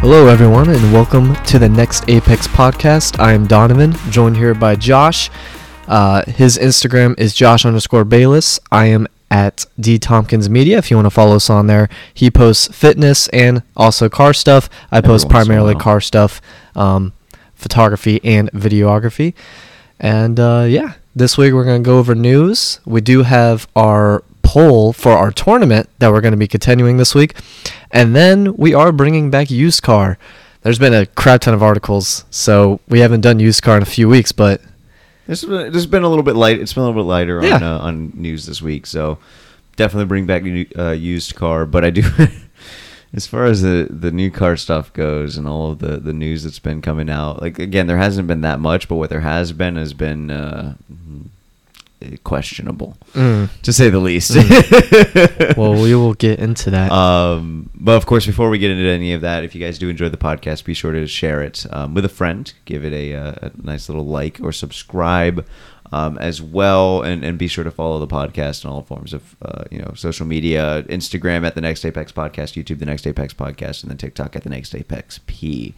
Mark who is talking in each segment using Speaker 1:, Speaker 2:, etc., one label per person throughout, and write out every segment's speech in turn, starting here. Speaker 1: Hello, everyone, and welcome to the next Apex podcast. I am Donovan, joined here by Josh. Uh, his Instagram is Josh underscore Bayless. I am at D Tompkins Media. If you want to follow us on there, he posts fitness and also car stuff. I
Speaker 2: Every
Speaker 1: post
Speaker 2: once in a
Speaker 1: primarily
Speaker 2: while.
Speaker 1: car stuff, um, photography and videography. And uh, yeah, this week we're going to go over news. We do have our poll for our tournament that we're going to be continuing this week. And then we are bringing back used car. There's been a crap ton of articles, so we haven't done used car in a few weeks, but
Speaker 2: This has been, this has been a little bit light. It's been a little bit lighter on
Speaker 1: Yeah.
Speaker 2: uh, on news this week, so definitely bring back new, uh, used car. But I do, as far as the the new car stuff goes, and all of the the news that's been coming out. Like again, there hasn't been that much, but what there has been has been uh, mm, questionable,
Speaker 1: mm,
Speaker 2: to say the least.
Speaker 1: well, we will get into that.
Speaker 2: Um, but of course, before we get into any of that, if you guys do enjoy the podcast, be sure to share it um, with a friend. Give it a, uh, a nice little like or subscribe um, as well, and, and be sure to follow the podcast on all forms of uh, you know social media: Instagram at the Next Apex Podcast, YouTube the Next Apex Podcast, and then TikTok at the Next Apex P.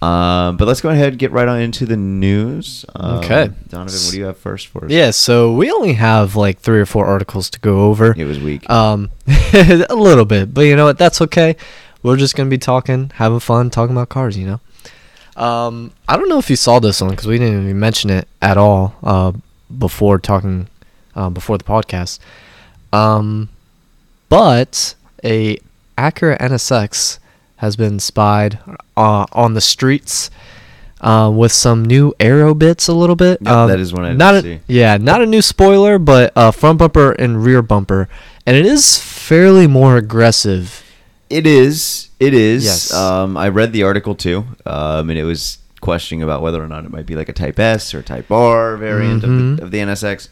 Speaker 2: Um, but let's go ahead and get right on into the news. Um,
Speaker 1: Okay.
Speaker 2: Donovan, what do you have first for us?
Speaker 1: yeah, so we only have like three or four articles to go over.
Speaker 2: it was weak.
Speaker 1: Um, a little bit, but you know what? That's okay. We're just gonna be talking, having fun, talking about cars. You know. Um, I don't know if you saw this one because we didn't even mention it at all uh, before talking uh, before the podcast. Um, but a Acura NSX has been spied uh, on the streets. Uh, with some new aero bits, a little bit.
Speaker 2: Yep,
Speaker 1: Uh,
Speaker 2: that is one I did
Speaker 1: not a-
Speaker 2: see.
Speaker 1: yeah, not a new spoiler, but uh, front bumper and rear bumper, and it is fairly more aggressive.
Speaker 2: It is. It is.
Speaker 1: Yes.
Speaker 2: Um, I read the article too, um, and it was questioning about whether or not it might be like a Type S or Type R variant
Speaker 1: Mhm.
Speaker 2: of, the, of the NSX.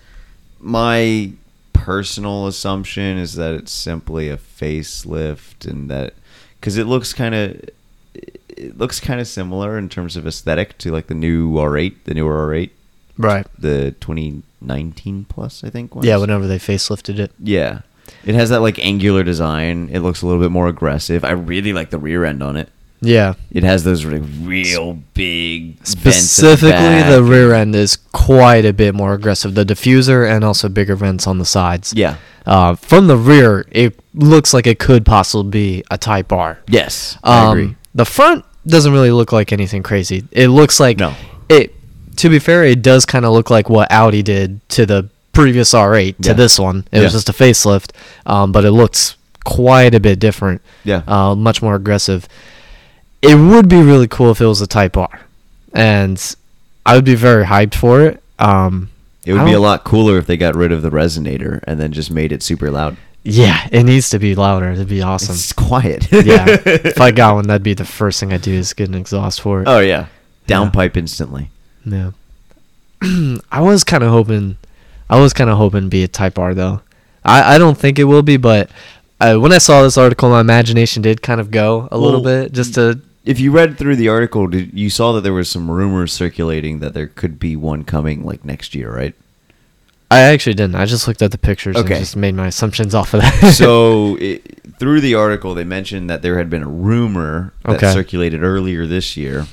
Speaker 2: My personal assumption is that it's simply a facelift, and that because it looks kind of it looks kind of similar in terms of aesthetic to like the new R8, the newer R8,
Speaker 1: Right.
Speaker 2: the 2019 plus, I think.
Speaker 1: Yeah,
Speaker 2: was.
Speaker 1: whenever they facelifted it.
Speaker 2: Yeah. It has that like angular design. It looks a little bit more aggressive. I really like the rear end on it.
Speaker 1: Yeah.
Speaker 2: It has those like real big vents at the
Speaker 1: Specifically,
Speaker 2: back.
Speaker 1: the rear end is quite a bit more aggressive. The diffuser and also bigger vents on the sides.
Speaker 2: Yeah.
Speaker 1: Uh, from the rear, it looks like it could possibly be a Type R.
Speaker 2: Yes. I
Speaker 1: Um,
Speaker 2: agree.
Speaker 1: The front doesn't really look like anything crazy. It looks like
Speaker 2: No.
Speaker 1: it. To be fair, it does kind of look like what Audi did to the previous R8 to
Speaker 2: Yeah.
Speaker 1: this one. It
Speaker 2: Yeah.
Speaker 1: was just a facelift, um, but it looks quite a bit different.
Speaker 2: Yeah.
Speaker 1: uh, much more aggressive. It would be really cool if it was a Type R, and I would be very hyped for it. Um,
Speaker 2: It
Speaker 1: I
Speaker 2: would be a
Speaker 1: don't-
Speaker 2: lot cooler if they got rid of the resonator and then just made it super loud.
Speaker 1: Yeah, it needs to be louder. It'd be awesome.
Speaker 2: It's quiet.
Speaker 1: yeah, if I got one, that'd be the first thing I do is get an exhaust for it.
Speaker 2: oh yeah. Downpipe instantly.
Speaker 1: Yeah. I was kind of hoping, I was kind of hoping to be a Type R though. I, I don't think it will be, but uh, when I saw this article, my imagination did kind of go a little
Speaker 2: Well,
Speaker 1: bit just to.
Speaker 2: If you read through the article, did, you saw that there was some rumors circulating that there could be one coming like next year, right?
Speaker 1: I actually didn't. I just looked at the pictures
Speaker 2: Okay.
Speaker 1: and just made my assumptions off of that.
Speaker 2: so it, through the article, they mentioned that there had been a rumor that
Speaker 1: Okay.
Speaker 2: circulated earlier this year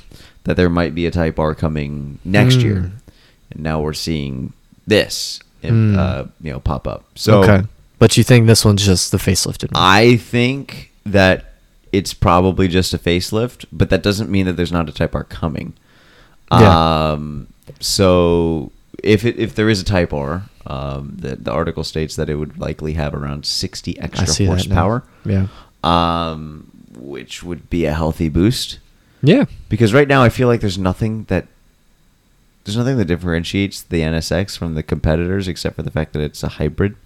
Speaker 2: that there might be a Type R coming next year,
Speaker 1: Mm.
Speaker 2: and now we're seeing this, in,
Speaker 1: Mm.
Speaker 2: uh, you know, pop up. So
Speaker 1: But you think this one's just the facelifted one?
Speaker 2: I think that it's probably just a facelift, but that doesn't mean that there's not a Type R coming.
Speaker 1: Yeah.
Speaker 2: Um, so if it, if there is a Type R, um, the, the article states that it would likely have around 60
Speaker 1: I
Speaker 2: extra
Speaker 1: see that now.
Speaker 2: horsepower
Speaker 1: Yeah.
Speaker 2: um, which would be a healthy boost.
Speaker 1: Yeah.
Speaker 2: Because right now, I feel like there's nothing that there's nothing that differentiates the NSX from the competitors, except for the fact that it's a hybrid.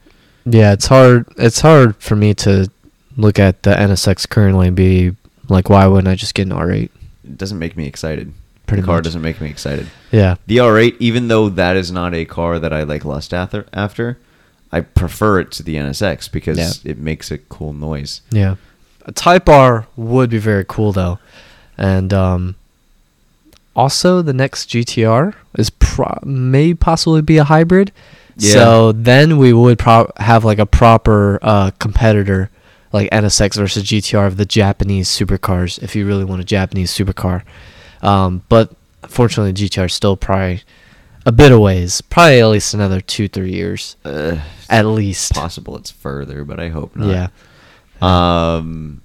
Speaker 1: Yeah. It's hard. It's hard for me to look at the NSX currently and be like, why wouldn't I just get an R8?
Speaker 2: It doesn't make me excited.
Speaker 1: Pretty
Speaker 2: the car
Speaker 1: much.
Speaker 2: doesn't make me excited.
Speaker 1: Yeah.
Speaker 2: The R8, even though that is not a car that I like lust after, after I prefer it to the NSX because
Speaker 1: Yeah.
Speaker 2: it makes a cool noise.
Speaker 1: Yeah. A Type R would be very cool though. And um also the next GTR is pro- may possibly be a hybrid.
Speaker 2: Yeah.
Speaker 1: So then we would pro- have like a proper uh competitor like NSX versus GTR of the Japanese supercars if you really want a Japanese supercar. Um, but fortunately, GTR is still probably a bit of ways, probably at least another two, three years,
Speaker 2: Uh,
Speaker 1: at least.
Speaker 2: possible it's further, but I hope not.
Speaker 1: Yeah.
Speaker 2: Um,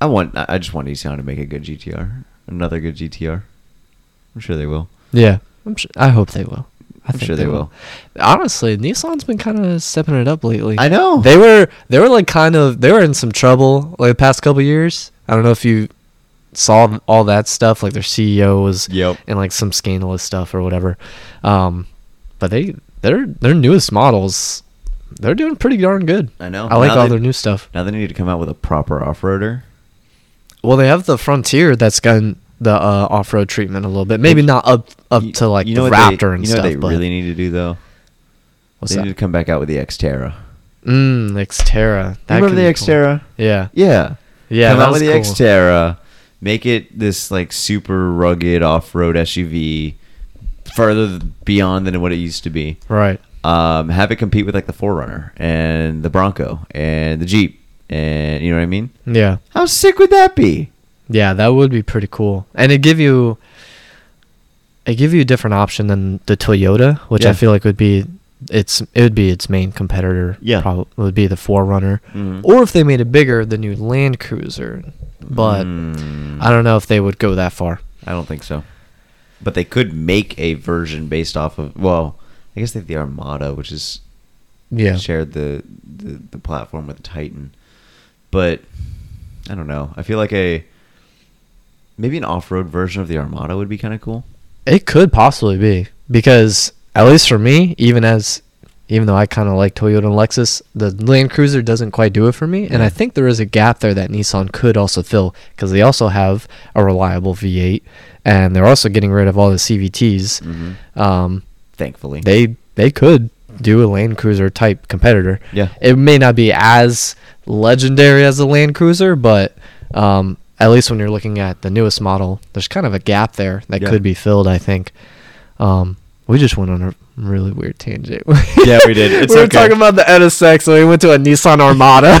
Speaker 2: I want. I I just want Nissan to make a good GTR, another good GTR. I'm sure they will.
Speaker 1: Yeah, I'm su I hope they will. I
Speaker 2: I'm sure they
Speaker 1: Honestly, Nissan's been kind of stepping it up lately.
Speaker 2: I know.
Speaker 1: they were they were like kind of they were in some trouble like the past couple years. I don't know if you saw all that stuff. Like their CEO was
Speaker 2: Yep.
Speaker 1: in like some scandalous stuff or whatever. Um, but they their their newest models they're doing pretty darn good.
Speaker 2: I know.
Speaker 1: I like
Speaker 2: Now
Speaker 1: all
Speaker 2: they-
Speaker 1: their new stuff.
Speaker 2: Now they need to come out with a proper off-roader.
Speaker 1: Well, they have the Frontier that's gotten the uh, off-road treatment a little bit. Maybe not up up
Speaker 2: You-
Speaker 1: to like
Speaker 2: you know
Speaker 1: the
Speaker 2: what they-
Speaker 1: Raptor and
Speaker 2: you know
Speaker 1: stuff.
Speaker 2: What they
Speaker 1: but
Speaker 2: really need to do though.
Speaker 1: what's
Speaker 2: they
Speaker 1: that?
Speaker 2: need to come back out with the Xterra.
Speaker 1: Mm, Xterra. That
Speaker 2: Remember
Speaker 1: could
Speaker 2: the
Speaker 1: be cool.
Speaker 2: Xterra?
Speaker 1: Yeah.
Speaker 2: Yeah.
Speaker 1: Yeah,
Speaker 2: Come
Speaker 1: that
Speaker 2: out
Speaker 1: was
Speaker 2: with the
Speaker 1: cool.
Speaker 2: Xterra. Make it this like super rugged off-road SUV, further th- beyond than what it used to be.
Speaker 1: Right.
Speaker 2: Um, have it compete with like the Forerunner and the Bronco and the Jeep, and you know what I mean?
Speaker 1: Yeah.
Speaker 2: How sick would that be?
Speaker 1: Yeah, that would be pretty cool. And it give you it give you a different option than the Toyota, which
Speaker 2: Yeah.
Speaker 1: I feel like would be its it would be its main competitor.
Speaker 2: Yeah.
Speaker 1: Probably would be the Forerunner.
Speaker 2: Mhm.
Speaker 1: Or if they made it bigger, the new Land Cruiser. But
Speaker 2: Mm,
Speaker 1: I don't know if they would go that far.
Speaker 2: I don't think so. But they could make a version based off of well, I guess they have the Armada, which is
Speaker 1: Yeah.
Speaker 2: shared the, the the platform with Titan. But I don't know. I feel like a maybe an off-road version of the Armada would be kind of cool.
Speaker 1: It could possibly be because at least for me, even as even though I kind of like Toyota and Lexus, the Land Cruiser doesn't quite do it for me, and
Speaker 2: Yeah.
Speaker 1: I think there is a gap there that Nissan could also fill because they also have a reliable V8, and they're also getting rid of all the CVTs.
Speaker 2: Mhm.
Speaker 1: Um,
Speaker 2: Thankfully,
Speaker 1: they they could do a Land Cruiser type competitor.
Speaker 2: Yeah.
Speaker 1: It may not be as legendary as the Land Cruiser, but um, at least when you're looking at the newest model, there's kind of a gap there that
Speaker 2: Yeah.
Speaker 1: could be filled, I think. Um, we just went on a really weird tangent.
Speaker 2: yeah, we did. It's
Speaker 1: we were
Speaker 2: okay.
Speaker 1: talking about the NSX, and we went to a Nissan Armada.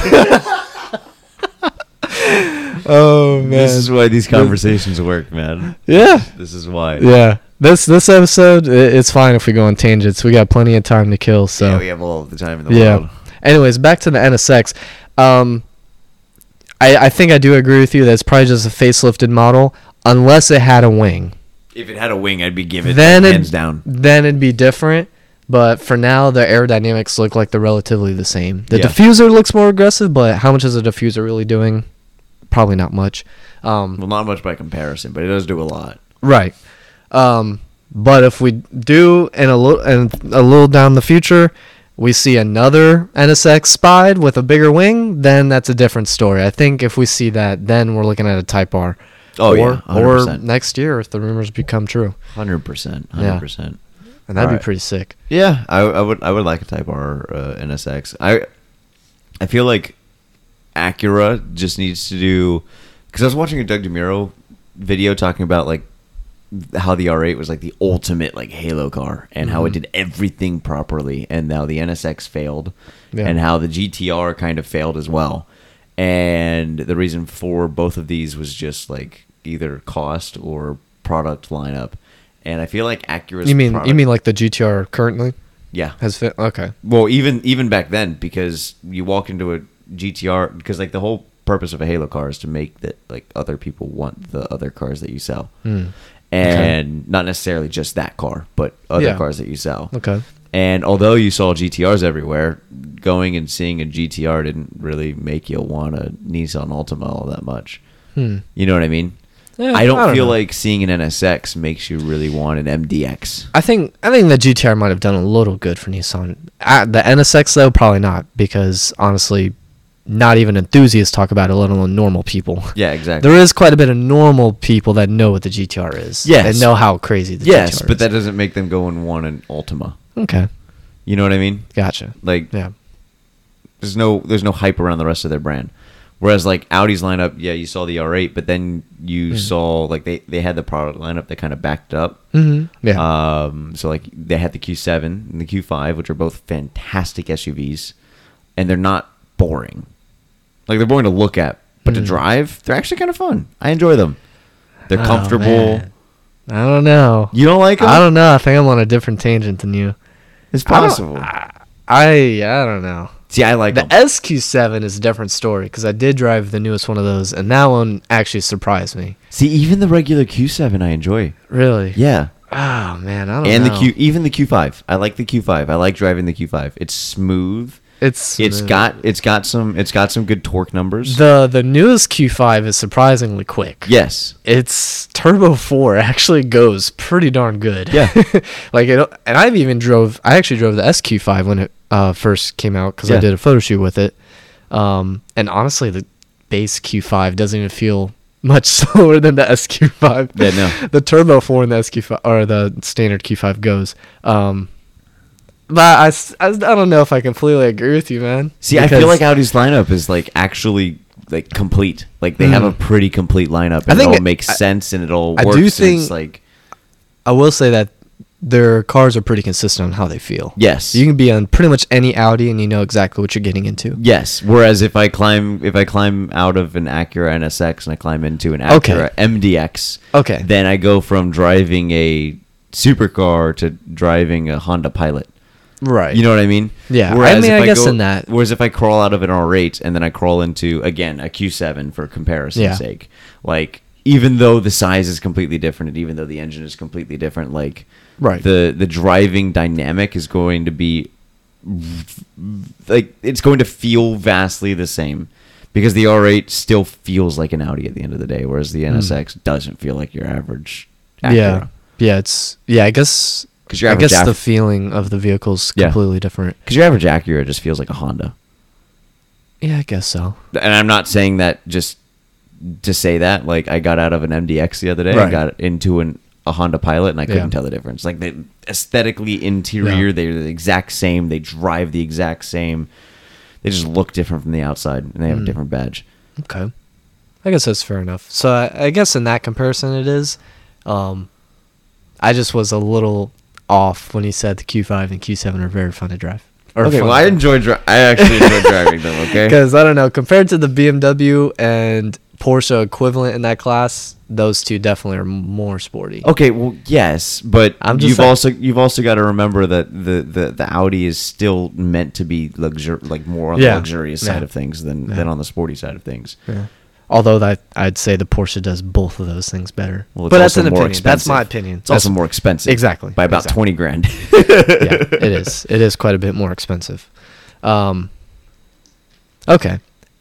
Speaker 1: oh man.
Speaker 2: this is why these conversations work, man.
Speaker 1: yeah.
Speaker 2: This is why.
Speaker 1: Yeah. This this episode, i it's fine if we go on tangents. We got plenty of time to kill, so
Speaker 2: Yeah, we have all the time in the
Speaker 1: yeah.
Speaker 2: world.
Speaker 1: Anyways, back to the NSX. Um, I I think I do agree with you. That's probably just a facelifted model, unless it had a wing.
Speaker 2: If it had a wing, I'd be giving
Speaker 1: Then
Speaker 2: it
Speaker 1: it-
Speaker 2: hands down.
Speaker 1: Then it'd be different. But for now, the aerodynamics look like they're relatively the same. The
Speaker 2: Yeah.
Speaker 1: diffuser looks more aggressive, but how much is the diffuser really doing? Probably not much. Um,
Speaker 2: Well, not much by comparison, but it does do a lot.
Speaker 1: Right. Um, but if we do, and a little, and a little down the future, we see another NSX Spide with a bigger wing, then that's a different story. I think if we see that, then we're looking at a Type R.
Speaker 2: Oh,
Speaker 1: or,
Speaker 2: yeah,
Speaker 1: Or
Speaker 2: 100%.
Speaker 1: next year, if the rumors become true,
Speaker 2: Hundred percent.
Speaker 1: Yeah.
Speaker 2: Hundred percent.
Speaker 1: and that'd be
Speaker 2: Alright.
Speaker 1: pretty sick.
Speaker 2: Yeah, I, I would I would like a Type R uh, NSX. I I feel like Acura just needs to do because I was watching a Doug Demuro video talking about like how the R8 was like the ultimate like Halo car and how it
Speaker 1: Mm-hmm.
Speaker 2: did everything properly and how the NSX failed
Speaker 1: Yeah.
Speaker 2: and how the GTR kind of failed as well. And the reason for both of these was just like either cost or product lineup. And I feel like Acura's
Speaker 1: You mean you
Speaker 2: product-
Speaker 1: mean like the GTR currently
Speaker 2: yeah
Speaker 1: has fit? Okay.
Speaker 2: well, even even back then, because you walk into a GTR, because like the whole purpose of a Halo car is to make that like other people want the other cars that you sell,
Speaker 1: Hmm.
Speaker 2: and not necessarily just that car, but other
Speaker 1: Yeah.
Speaker 2: cars that you sell.
Speaker 1: Okay.
Speaker 2: And although you saw GTRs everywhere, going and seeing a GTR didn't really make you want a Nissan Altima all that much.
Speaker 1: Hmm.
Speaker 2: You know what I mean?
Speaker 1: Eh,
Speaker 2: I don't,
Speaker 1: I don't
Speaker 2: feel
Speaker 1: know.
Speaker 2: like seeing an NSX makes you really want an MDX.
Speaker 1: I think I think the GTR might have done a little good for Nissan. Uh, the NSX though probably not because honestly, not even enthusiasts talk about it, let alone normal people.
Speaker 2: Yeah, exactly.
Speaker 1: There is quite a bit of normal people that know what the GTR is.
Speaker 2: Yes.
Speaker 1: and know how crazy the
Speaker 2: yes,
Speaker 1: GTR
Speaker 2: but
Speaker 1: is.
Speaker 2: that doesn't make them go and want an Altima.
Speaker 1: okay,
Speaker 2: You know what I mean?
Speaker 1: gotcha.
Speaker 2: Like
Speaker 1: Yeah,
Speaker 2: there's no there's no hype around the rest of their brand. Whereas like Audi's lineup, yeah, you saw the R8, but then you saw like they, they had the product lineup that kind of backed up.
Speaker 1: mm-hmm. yeah,
Speaker 2: Um, so like they had the Q7 and the Q5, which are both fantastic SUVs, and they're not boring. Like they're boring to look at, but to
Speaker 1: Mm.
Speaker 2: drive, they're actually kind of fun. I enjoy them. They're
Speaker 1: Oh,
Speaker 2: comfortable.
Speaker 1: man. I don't know.
Speaker 2: you don't like them?
Speaker 1: I don't know. I think I'm on a different tangent than you.
Speaker 2: it's
Speaker 1: I don't-
Speaker 2: possible.
Speaker 1: I, I, I don't know.
Speaker 2: See, I like
Speaker 1: The
Speaker 2: them.
Speaker 1: SQ7 is a different story because I did drive the newest one of those, and that one actually surprised me.
Speaker 2: See, even the regular Q7, I enjoy.
Speaker 1: Really?
Speaker 2: Yeah,
Speaker 1: Oh man, I don't
Speaker 2: and
Speaker 1: know.
Speaker 2: the Q, even the Q5. I like the Q5. I like driving the Q5. It's smooth.
Speaker 1: It's
Speaker 2: It's got it's got some it's got some good torque numbers.
Speaker 1: the the newest Q5 is surprisingly quick.
Speaker 2: yes.
Speaker 1: Its turbo four actually goes pretty darn good.
Speaker 2: Yeah.
Speaker 1: like it, and I've even drove. I actually drove the SQ5 when it uh, first came out because I
Speaker 2: Yeah.
Speaker 1: did a photo shoot with it. Um, and honestly, the base Q5 doesn't even feel much slower than the SQ5.
Speaker 2: Yeah, no.
Speaker 1: the turbo four and the SQ5 or the standard Q5 goes. Um, but I, s- I s- I don't know if I completely agree with you, man.
Speaker 2: See, I feel
Speaker 1: Because-
Speaker 2: like Audi's lineup is like actually like complete. Like they have a
Speaker 1: Mm.
Speaker 2: pretty complete lineup, and
Speaker 1: I think
Speaker 2: Hmm. it all
Speaker 1: it-
Speaker 2: makes
Speaker 1: I-
Speaker 2: sense, and it all
Speaker 1: I do
Speaker 2: works. and it's,
Speaker 1: think-
Speaker 2: like
Speaker 1: I will say that their cars are pretty consistent on how they feel.
Speaker 2: yes,
Speaker 1: You can be on pretty much any Audi and you know exactly what you're getting into.
Speaker 2: yes. Whereas if I climb if I climb out of an Acura NSX and I climb into an Acura
Speaker 1: Okay.
Speaker 2: MDX,
Speaker 1: Okay.
Speaker 2: then I go from driving a supercar to driving a Honda Pilot.
Speaker 1: Right.
Speaker 2: You know what I mean?
Speaker 1: Yeah, I mean,
Speaker 2: if
Speaker 1: I guess
Speaker 2: go-
Speaker 1: in that-
Speaker 2: Whereas if I crawl out of an R8 and then I crawl into again a Q7 for comparison's
Speaker 1: Yeah.
Speaker 2: sake, like even though the size is completely different and even though the engine is completely different, like
Speaker 1: Right.
Speaker 2: the the driving dynamic is going to be like it's going to feel vastly the same because the R8 still feels like an Audi at the end of the day, whereas the NSX doesn't feel like your average. Acura.
Speaker 1: Hmm. Yeah. Yeah, it's yeah, I guess
Speaker 2: 'Cause your
Speaker 1: I
Speaker 2: average
Speaker 1: guess
Speaker 2: Af-
Speaker 1: the feeling of the vehicle's
Speaker 2: Yeah.
Speaker 1: completely different.
Speaker 2: because your average Acura just feels like a Honda.
Speaker 1: Yeah, I guess so.
Speaker 2: and I'm not saying that just to say that. Like I got out of an MDX the other day, I
Speaker 1: Right.
Speaker 2: got into an a Honda Pilot, and I couldn't
Speaker 1: Yeah.
Speaker 2: tell the difference. Like they aesthetically interior,
Speaker 1: Yeah.
Speaker 2: they're the exact same. They drive the exact same. They just look different from the outside, and they have a
Speaker 1: Mm.
Speaker 2: different badge.
Speaker 1: Okay. I guess that's fair enough. So I, I guess in that comparison it is. Um I just was a little off when he said the Q5 and Q7 are very fun to drive. Or
Speaker 2: okay,
Speaker 1: fun
Speaker 2: well,
Speaker 1: to
Speaker 2: I
Speaker 1: drive.
Speaker 2: enjoy. Dri- I actually enjoy driving them. Okay,
Speaker 1: Because I don't know, compared to the BMW and Porsche equivalent in that class, those two definitely are m- more sporty.
Speaker 2: okay, well, yes, but
Speaker 1: I'm just
Speaker 2: you've
Speaker 1: saying-
Speaker 2: also you've also got to remember that the, the the Audi is still meant to be luxur like more on the
Speaker 1: Yeah.
Speaker 2: luxurious
Speaker 1: Yeah.
Speaker 2: side of things than
Speaker 1: Yeah.
Speaker 2: than on the sporty side of things.
Speaker 1: Yeah. Although that I'd say the Porsche does both of those things better.
Speaker 2: Well, it's
Speaker 1: but that's
Speaker 2: also
Speaker 1: an
Speaker 2: more
Speaker 1: opinion. That's my
Speaker 2: expensive.
Speaker 1: opinion.
Speaker 2: It's also more expensive.
Speaker 1: Exactly,
Speaker 2: By about
Speaker 1: exactly.
Speaker 2: 20 grand.
Speaker 1: yeah, it is. It is quite a bit more expensive. Um, okay,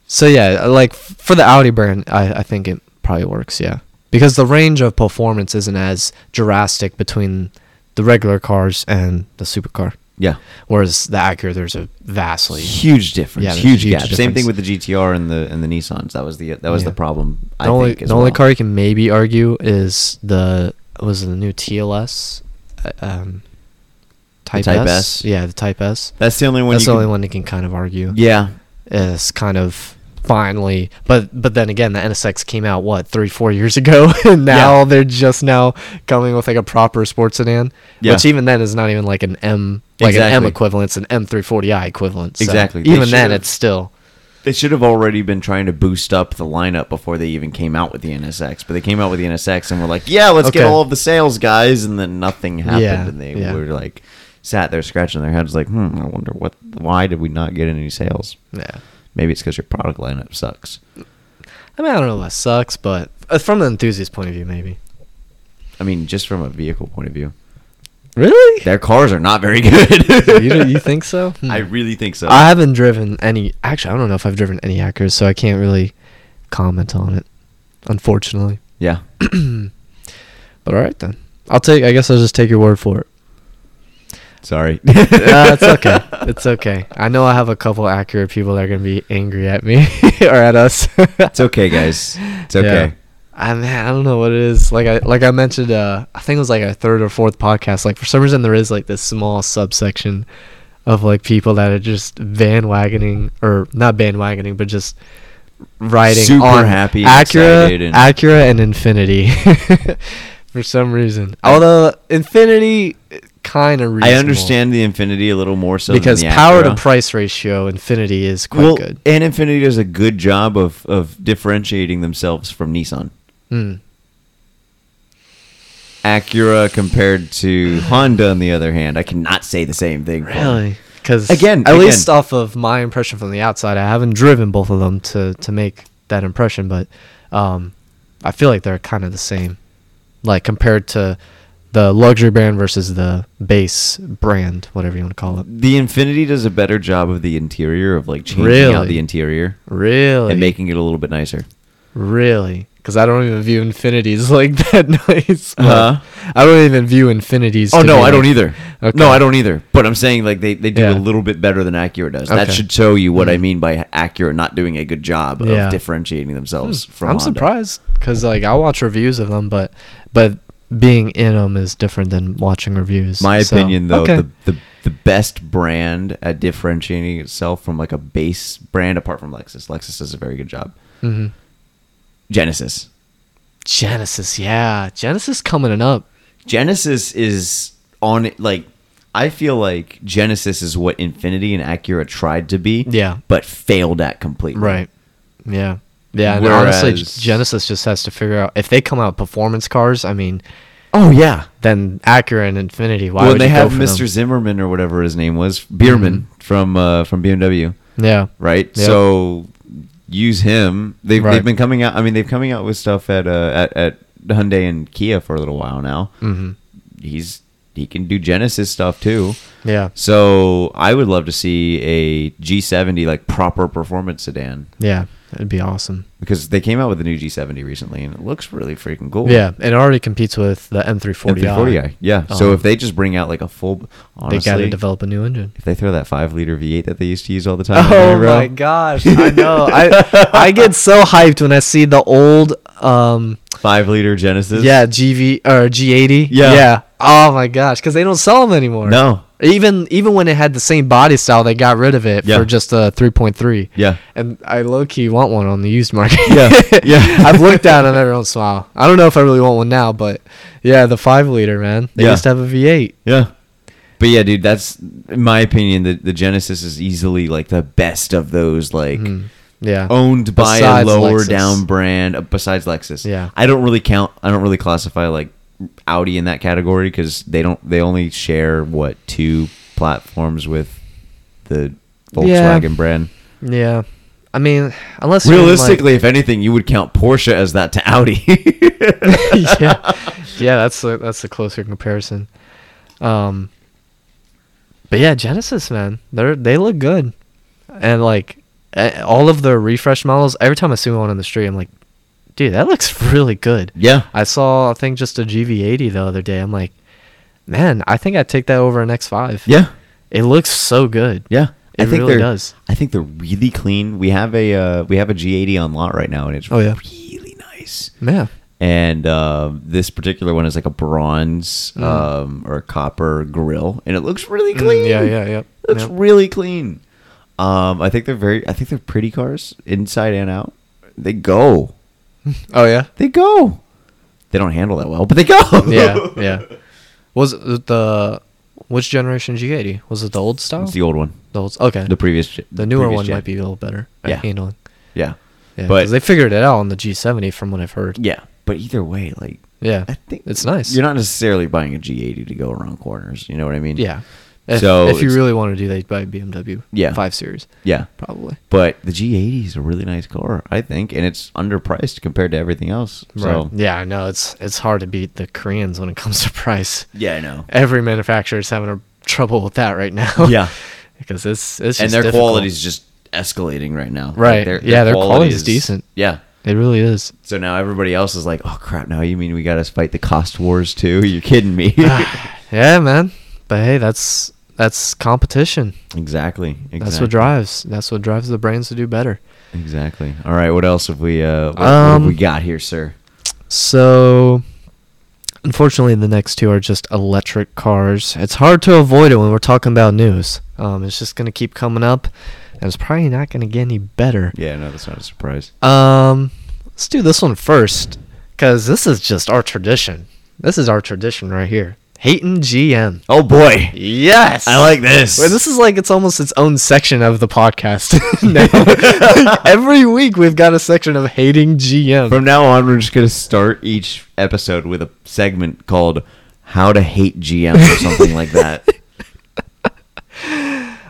Speaker 1: so yeah, like f- for the Audi brand, I, I think it probably works. Yeah, because the range of performance isn't as drastic between the regular cars and the supercar.
Speaker 2: yeah.
Speaker 1: Whereas the Acura, there's a vastly
Speaker 2: Huge difference.
Speaker 1: Yeah, there's a
Speaker 2: huge,
Speaker 1: huge
Speaker 2: gap. Same
Speaker 1: difference.
Speaker 2: thing with the GTR and the and the Nissans. That was the that was
Speaker 1: Yeah.
Speaker 2: the problem.
Speaker 1: The
Speaker 2: I
Speaker 1: only
Speaker 2: think as
Speaker 1: the only
Speaker 2: well.
Speaker 1: car you can maybe argue is the was it the new TLS, Uh, um, Type,
Speaker 2: Type
Speaker 1: S?
Speaker 2: S?
Speaker 1: Yeah, the Type S.
Speaker 2: That's the only one.
Speaker 1: That's
Speaker 2: you
Speaker 1: the
Speaker 2: can-
Speaker 1: only one you can kind of argue.
Speaker 2: Yeah.
Speaker 1: Is kind of finally, but but then again, the NSX came out what three four years ago, and now they're just now coming with like a proper sports sedan,
Speaker 2: Yeah.
Speaker 1: which even then is not even like an M like an M
Speaker 2: Exactly.
Speaker 1: equivalent, it's an M three forty I equivalent. So
Speaker 2: Exactly. They
Speaker 1: Even then,
Speaker 2: should've-
Speaker 1: it's still
Speaker 2: They should have already been trying to boost up the lineup before they even came out with the NSX. But they came out with the NSX and were like, "Yeah, let's get
Speaker 1: Okay.
Speaker 2: all of the sales, guys," and then nothing happened.
Speaker 1: Yeah,
Speaker 2: and they
Speaker 1: yeah.
Speaker 2: were like, sat there scratching their heads, like, "Hmm, I wonder what. Why did we not get any sales?
Speaker 1: yeah.
Speaker 2: Maybe it's because your product lineup sucks."
Speaker 1: I mean, I don't know if that sucks, but uh, from the enthusiast point of view, maybe.
Speaker 2: I mean, just from a vehicle point of view,
Speaker 1: Really?
Speaker 2: their cars are not very good.
Speaker 1: you, don't- you think so? Hmm.
Speaker 2: I really think so.
Speaker 1: I haven't driven any. Actually, I don't know if I've driven any Acura, so I can't really comment on it, unfortunately.
Speaker 2: yeah.
Speaker 1: But all right then, I'll take. I guess I'll just take your word for it.
Speaker 2: Sorry.
Speaker 1: Uh, it's okay. It's okay. I know I have a couple Acura people that are gonna be angry at me or at us.
Speaker 2: it's okay, guys. It's okay.
Speaker 1: I man, I don't know what it is. Like I like I mentioned, uh, I think it was like our third or fourth podcast. Like for some reason, there is like this small subsection of like people that are just bandwagoning or not bandwagoning, but just riding
Speaker 2: Super
Speaker 1: on
Speaker 2: happy and
Speaker 1: Acura,
Speaker 2: excited and-
Speaker 1: Acura, and Infinity for some reason. Although Infinity kind of uh, reasonable.
Speaker 2: I understand the Infinity a little more so
Speaker 1: because
Speaker 2: than the
Speaker 1: power to
Speaker 2: Acura.
Speaker 1: price ratio Infinity is quite
Speaker 2: well,
Speaker 1: good.
Speaker 2: and Infinity does a good job of of differentiating themselves from Nissan.
Speaker 1: Mm.
Speaker 2: Acura compared to Honda, on the other hand, I cannot say the same thing. for them.
Speaker 1: Really? Because
Speaker 2: Again-
Speaker 1: at
Speaker 2: again.
Speaker 1: least off of my impression from the outside, I haven't driven both of them to to make that impression, but um, I feel like they're kind of the same, like compared to the luxury brand versus the base brand, whatever you want to call it.
Speaker 2: The Infinity does a better job of the interior of like changing out
Speaker 1: Really?
Speaker 2: the interior
Speaker 1: Really,
Speaker 2: and making it a little bit nicer.
Speaker 1: really, because I don't even view infinities like that nice. but
Speaker 2: Uh-huh.
Speaker 1: I don't even view infinities.
Speaker 2: Oh
Speaker 1: to
Speaker 2: no,
Speaker 1: be
Speaker 2: I don't
Speaker 1: like-
Speaker 2: either.
Speaker 1: Okay.
Speaker 2: No, I don't either. But I'm saying like they, they do
Speaker 1: Yeah.
Speaker 2: a little bit better than Acura does. That
Speaker 1: Okay. Mm-hmm.
Speaker 2: should show you what I mean by Acura not doing a good job
Speaker 1: Yeah. Hmm.
Speaker 2: of differentiating themselves from.
Speaker 1: I'm
Speaker 2: Honda.
Speaker 1: surprised because like I watch reviews of them, but but being in them is different than watching reviews.
Speaker 2: My
Speaker 1: so-
Speaker 2: opinion though,
Speaker 1: okay.
Speaker 2: the, the the best brand at differentiating itself from like a base brand apart from Lexus. Lexus does a very good job.
Speaker 1: Mhm.
Speaker 2: Genesis.
Speaker 1: Genesis, yeah, Genesis coming up.
Speaker 2: Genesis is on it like I feel like Genesis is what Infinity and Acura tried to be,
Speaker 1: Yeah.
Speaker 2: but failed at completely.
Speaker 1: Right. Yeah. Yeah. And honestly,
Speaker 2: Whereas-
Speaker 1: Genesis just has to figure out if they come out performance cars. I mean,
Speaker 2: Oh yeah.
Speaker 1: then Acura and Infinity. Why
Speaker 2: when
Speaker 1: would
Speaker 2: they
Speaker 1: you
Speaker 2: have
Speaker 1: go for
Speaker 2: Mr. Zimmerman or whatever his name was, Bierman from uh, from BMW,
Speaker 1: Them? Yeah.
Speaker 2: right?
Speaker 1: Yep.
Speaker 2: So use him. They've
Speaker 1: Right.
Speaker 2: they've been coming out. I mean, they've coming out with stuff at uh, at at Hyundai and Kia for a little while now.
Speaker 1: hmm
Speaker 2: He's he can do Genesis stuff too.
Speaker 1: Yeah.
Speaker 2: So I would love to see a G70 like proper performance sedan
Speaker 1: Yeah. That'd be awesome.
Speaker 2: because they came out with a new G70 recently and it looks really freaking cool.
Speaker 1: Yeah. It already competes with the M340i.
Speaker 2: M340i. Yeah. So
Speaker 1: Um,
Speaker 2: if they just bring out like a full, honestly,
Speaker 1: they got to develop a new engine.
Speaker 2: if they throw that five liter V8 that they used to use all the time, in
Speaker 1: Oh
Speaker 2: there, bro,
Speaker 1: my gosh, I know. I I get so hyped when I see the old um
Speaker 2: five liter Genesis.
Speaker 1: yeah GV or G80.
Speaker 2: Yeah.
Speaker 1: yeah. Oh my gosh, because they don't sell them anymore.
Speaker 2: No.
Speaker 1: Even even when it had the same body style, they got rid of it
Speaker 2: Yeah.
Speaker 1: for just a 3.3.
Speaker 2: Yeah.
Speaker 1: And I low key want one on the used market.
Speaker 2: Yeah, yeah.
Speaker 1: I've looked at them every once in a while. I don't know if I really want one now, but yeah, the five liter man. They
Speaker 2: Yeah.
Speaker 1: used to have a V8.
Speaker 2: Yeah. But yeah, dude, that's in my opinion. The, the Genesis is easily like the best of those like
Speaker 1: Mhm. Yeah.
Speaker 2: owned by
Speaker 1: Besides
Speaker 2: a lower
Speaker 1: Lexus.
Speaker 2: down brand uh, besides Lexus.
Speaker 1: Yeah.
Speaker 2: I don't really count. I don't really classify like Audi in that category because they don't. They only share what two platforms with the
Speaker 1: Yeah.
Speaker 2: Volkswagen brand.
Speaker 1: Yeah. I mean, unless you're in, like-
Speaker 2: Realistically, if anything, you would count Porsche as that to Audi.
Speaker 1: yeah, yeah, that's the that's a closer comparison. Um, but yeah, Genesis man, they they look good, and like eh, all of their refresh models. Every time I see one on the street, I'm like, dude, that looks really good.
Speaker 2: yeah.
Speaker 1: I saw I think just a GV80 the other day. I'm like, man, I think I'd take that over an X5.
Speaker 2: Yeah.
Speaker 1: it looks so good.
Speaker 2: Yeah.
Speaker 1: It really
Speaker 2: they're,
Speaker 1: does.
Speaker 2: I think they're really clean. We have a uh, we have a G80 on lot right now, and it's
Speaker 1: Oh, yeah.
Speaker 2: really nice.
Speaker 1: Yeah,
Speaker 2: And uh, this particular one is like a bronze
Speaker 1: Mm.
Speaker 2: um, or a copper grill, and it looks really
Speaker 1: Mm,
Speaker 2: clean.
Speaker 1: yeah, yeah, yeah.
Speaker 2: Looks
Speaker 1: Yeah.
Speaker 2: really clean. Um, I think they're very. I think they're pretty cars inside and out. They go.
Speaker 1: Oh yeah.
Speaker 2: They go. They don't handle that well, but they go.
Speaker 1: yeah, yeah. Was it the which generation G80? Was it the old style?
Speaker 2: It's the old one.
Speaker 1: The old, okay.
Speaker 2: The
Speaker 1: The,
Speaker 2: previous. ge-
Speaker 1: newer
Speaker 2: previous
Speaker 1: one
Speaker 2: gen.
Speaker 1: might be a little better at
Speaker 2: Yeah.
Speaker 1: handling.
Speaker 2: Yeah.
Speaker 1: Yeah,
Speaker 2: But-
Speaker 1: but they figured it out on the G70 from what I've heard.
Speaker 2: Yeah. But either way, like
Speaker 1: Yeah,
Speaker 2: I think
Speaker 1: it's nice.
Speaker 2: You're not necessarily buying a G80 to go around corners. You know what I mean?
Speaker 1: yeah. If,
Speaker 2: So
Speaker 1: if you
Speaker 2: it's-
Speaker 1: really want to do that, you'd buy a BMW.
Speaker 2: Yeah.
Speaker 1: five series
Speaker 2: Yeah.
Speaker 1: probably.
Speaker 2: But the G80 is a really nice car, I think, and it's underpriced compared to everything else. So
Speaker 1: Yeah, I know it's it's hard to beat the Koreans when it comes to price.
Speaker 2: yeah, I know.
Speaker 1: Every manufacturer is having a trouble with that right now.
Speaker 2: Yeah.
Speaker 1: because it's it's
Speaker 2: and
Speaker 1: just
Speaker 2: their
Speaker 1: difficult.
Speaker 2: quality's just escalating right now. Like,
Speaker 1: Right. Yeah, their quality's decent.
Speaker 2: Yeah.
Speaker 1: it really is.
Speaker 2: So now everybody else is like, "Oh crap! Now you mean we got to fight the cost wars too? You're kidding me."
Speaker 1: Ah. yeah, man. But hey, that's that's competition.
Speaker 2: exactly. Exactly.
Speaker 1: That's what drives. That's what drives the brains to do better.
Speaker 2: Exactly. All right. What else have we? Uh, what, what have
Speaker 1: Um,
Speaker 2: we got here, sir?
Speaker 1: So, unfortunately, the next two are just electric cars. It's hard to avoid it when we're talking about news. Um, it's just gonna keep coming up, and it's probably not gonna get any better.
Speaker 2: Yeah. No, that's not a surprise.
Speaker 1: Um, let's do this one first, cause this is just our tradition. This is our tradition right here. Hating GM.
Speaker 2: Oh boy,
Speaker 1: Yes.
Speaker 2: I like this.
Speaker 1: Well, this is like it's almost its own section of the podcast. now. Every week we've got a section of hating GM.
Speaker 2: From now on, we're just gonna start each episode with a segment called "How to Hate GM" or something like that.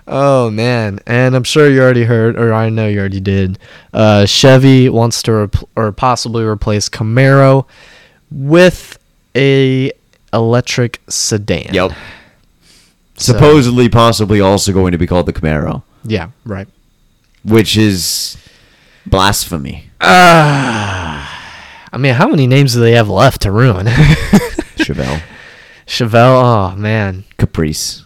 Speaker 1: Oh man, and I'm sure you already heard, or I know you already did. Uh, Chevy wants to rep- or possibly replace Camaro with a electric sedan.
Speaker 2: Yep.
Speaker 1: So-
Speaker 2: Supposedly, possibly, also going to be called the Camaro,
Speaker 1: yeah. Right.
Speaker 2: which is blasphemy.
Speaker 1: I mean, how many names do they have left to ruin?
Speaker 2: Chevelle,
Speaker 1: Chevelle. Oh man.
Speaker 2: Caprice.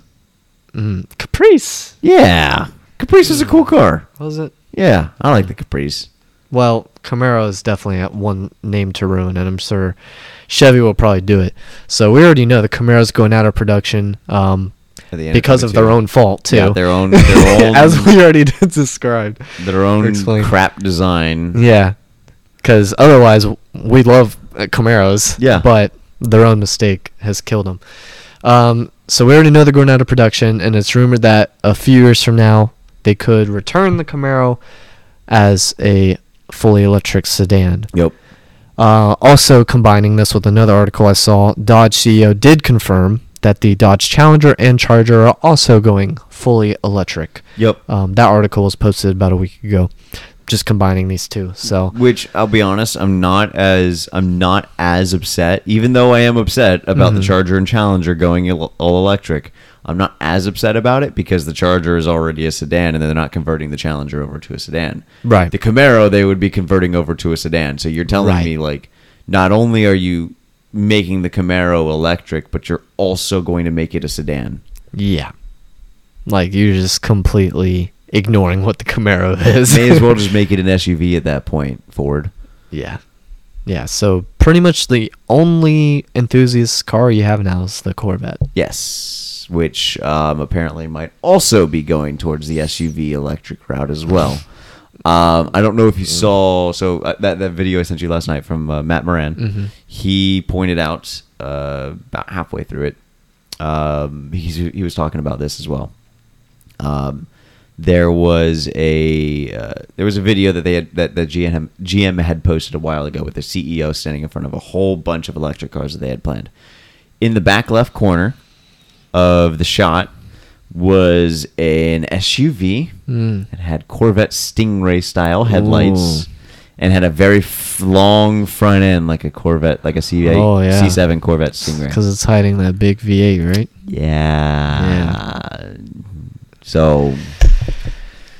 Speaker 1: Mm, Caprice.
Speaker 2: Yeah, Caprice is a cool car.
Speaker 1: Was it?
Speaker 2: Yeah, I like the Caprice.
Speaker 1: Well, Camaro is definitely at one name to ruin, and I'm sure Chevy will probably do it. So we already know the Camaro's going out of production um,
Speaker 2: At the end
Speaker 1: because of their
Speaker 2: 22.
Speaker 1: own fault too.
Speaker 2: Yeah, their own, their own,
Speaker 1: as we already described.
Speaker 2: their own
Speaker 1: explained.
Speaker 2: crap design.
Speaker 1: Yeah, because otherwise we love uh, Camaros.
Speaker 2: Yeah.
Speaker 1: but their own mistake has killed them. Um, so we already know they're going out of production, and it's rumored that a few years from now they could return the Camaro as a fully electric sedan.
Speaker 2: Yep.
Speaker 1: Uh, also, combining this with another article I saw, Dodge CEO did confirm that the Dodge Challenger and Charger are also going fully electric.
Speaker 2: Yep.
Speaker 1: Um, that article was posted about a week ago, just combining these two. So,
Speaker 2: Which I'll be honest, I'm not as I'm not as upset, even though I am upset about
Speaker 1: Mm-hmm.
Speaker 2: the Charger and Challenger going el- all electric. I'm not as upset about it because the Charger is already a sedan, and they're not converting the Challenger over to a sedan.
Speaker 1: Right.
Speaker 2: The Camaro they would be converting over to a sedan. So you're telling
Speaker 1: Right.
Speaker 2: me like, not only are you making the Camaro electric, but you're also going to make it a sedan.
Speaker 1: yeah. Like, you're just completely ignoring what the Camaro is.
Speaker 2: May as well just make it an SUV at that point, Ford.
Speaker 1: yeah. Yeah. So, pretty much the only enthusiast car you have now is the Corvette.
Speaker 2: Yes, which um, apparently might also be going towards the SUV electric route as well. Um, I don't know if you saw so uh, that that video I sent you last night from uh, Matt Moran. He pointed out uh, about halfway through it. Um, he's, he was talking about this as well. Um, there was a uh, there was a video that they had that, that GM GM had posted a while ago with the CEO standing in front of a whole bunch of electric cars that they had planned. In the back left corner of the shot was an SUV and had Corvette Stingray style headlights
Speaker 1: Hmm. Ooh.
Speaker 2: and had a very f- long front end like a Corvette like a C8
Speaker 1: Oh, yeah.
Speaker 2: C7 Corvette Stingray.
Speaker 1: Because it's hiding that big V8, right?
Speaker 2: Yeah. So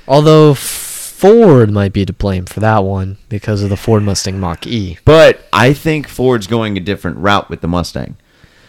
Speaker 1: Although Ford might be to blame for that one because of the Ford Mustang Mach E.
Speaker 2: But I think Ford's going a different route with the Mustang.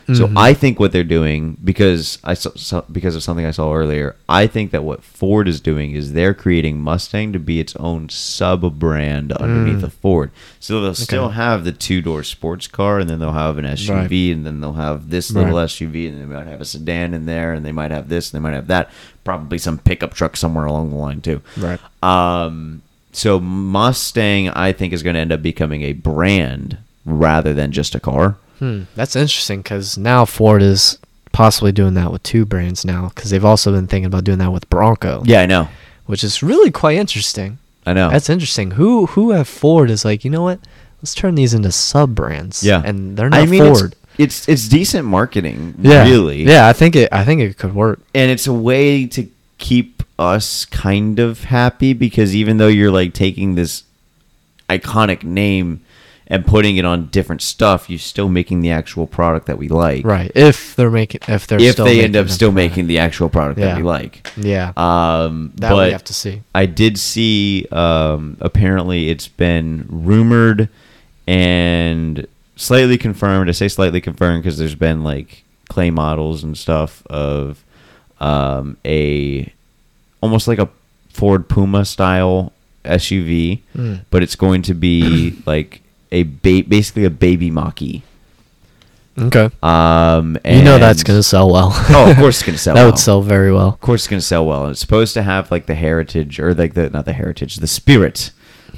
Speaker 1: Mm-hmm.
Speaker 2: So I think what they're doing because I saw, saw- because of something I saw earlier, I think that what Ford is doing is they're creating Mustang to be its own sub brand underneath the Ford. So they'll still have the two door sports car, and then they'll have an SUV, and then they'll have this little
Speaker 1: Right.
Speaker 2: SUV, and they might have a sedan in there, and they might have this, and they might have that, probably some pickup truck somewhere along the line too.
Speaker 1: Right.
Speaker 2: Um, so Mustang, I think, is going to end up becoming a brand rather than just a car.
Speaker 1: Hmm, that's interesting because now Ford is possibly doing that with two brands now because they've also been thinking about doing that with Bronco.
Speaker 2: Yeah, I know.
Speaker 1: Which is really quite interesting.
Speaker 2: I know.
Speaker 1: That's interesting. Who who at Ford is like, you know what? Let's turn these into sub brands.
Speaker 2: yeah,
Speaker 1: And they're not
Speaker 2: it's-
Speaker 1: Ford.
Speaker 2: It's, it's decent marketing,
Speaker 1: Yeah.
Speaker 2: really.
Speaker 1: Yeah, I think it I think it could work.
Speaker 2: and it's a way to keep us kind of happy because even though you're like taking this iconic name and putting it on different stuff, you're still making the actual product that we like.
Speaker 1: Right. If they're making if they're
Speaker 2: If
Speaker 1: still
Speaker 2: they end
Speaker 1: making
Speaker 2: up
Speaker 1: them.
Speaker 2: still making the actual product
Speaker 1: Yeah.
Speaker 2: that we like.
Speaker 1: Yeah.
Speaker 2: Um,
Speaker 1: that
Speaker 2: but
Speaker 1: we have to see.
Speaker 2: I did see. Um, apparently, it's been rumored and slightly confirmed. I say slightly confirmed because there's been like clay models and stuff of um, a almost like a Ford Puma style SUV,
Speaker 1: Mm.
Speaker 2: but it's going to be like a ba- basically a baby Maki.
Speaker 1: Okay.
Speaker 2: Um,
Speaker 1: you know
Speaker 2: and-
Speaker 1: that's gonna sell well.
Speaker 2: Oh, of course it's gonna sell
Speaker 1: that
Speaker 2: well.
Speaker 1: would sell very well.
Speaker 2: of course it's going to sell well and it's supposed to have like the heritage or like the not
Speaker 1: Mm-hmm.
Speaker 2: the heritage the spirit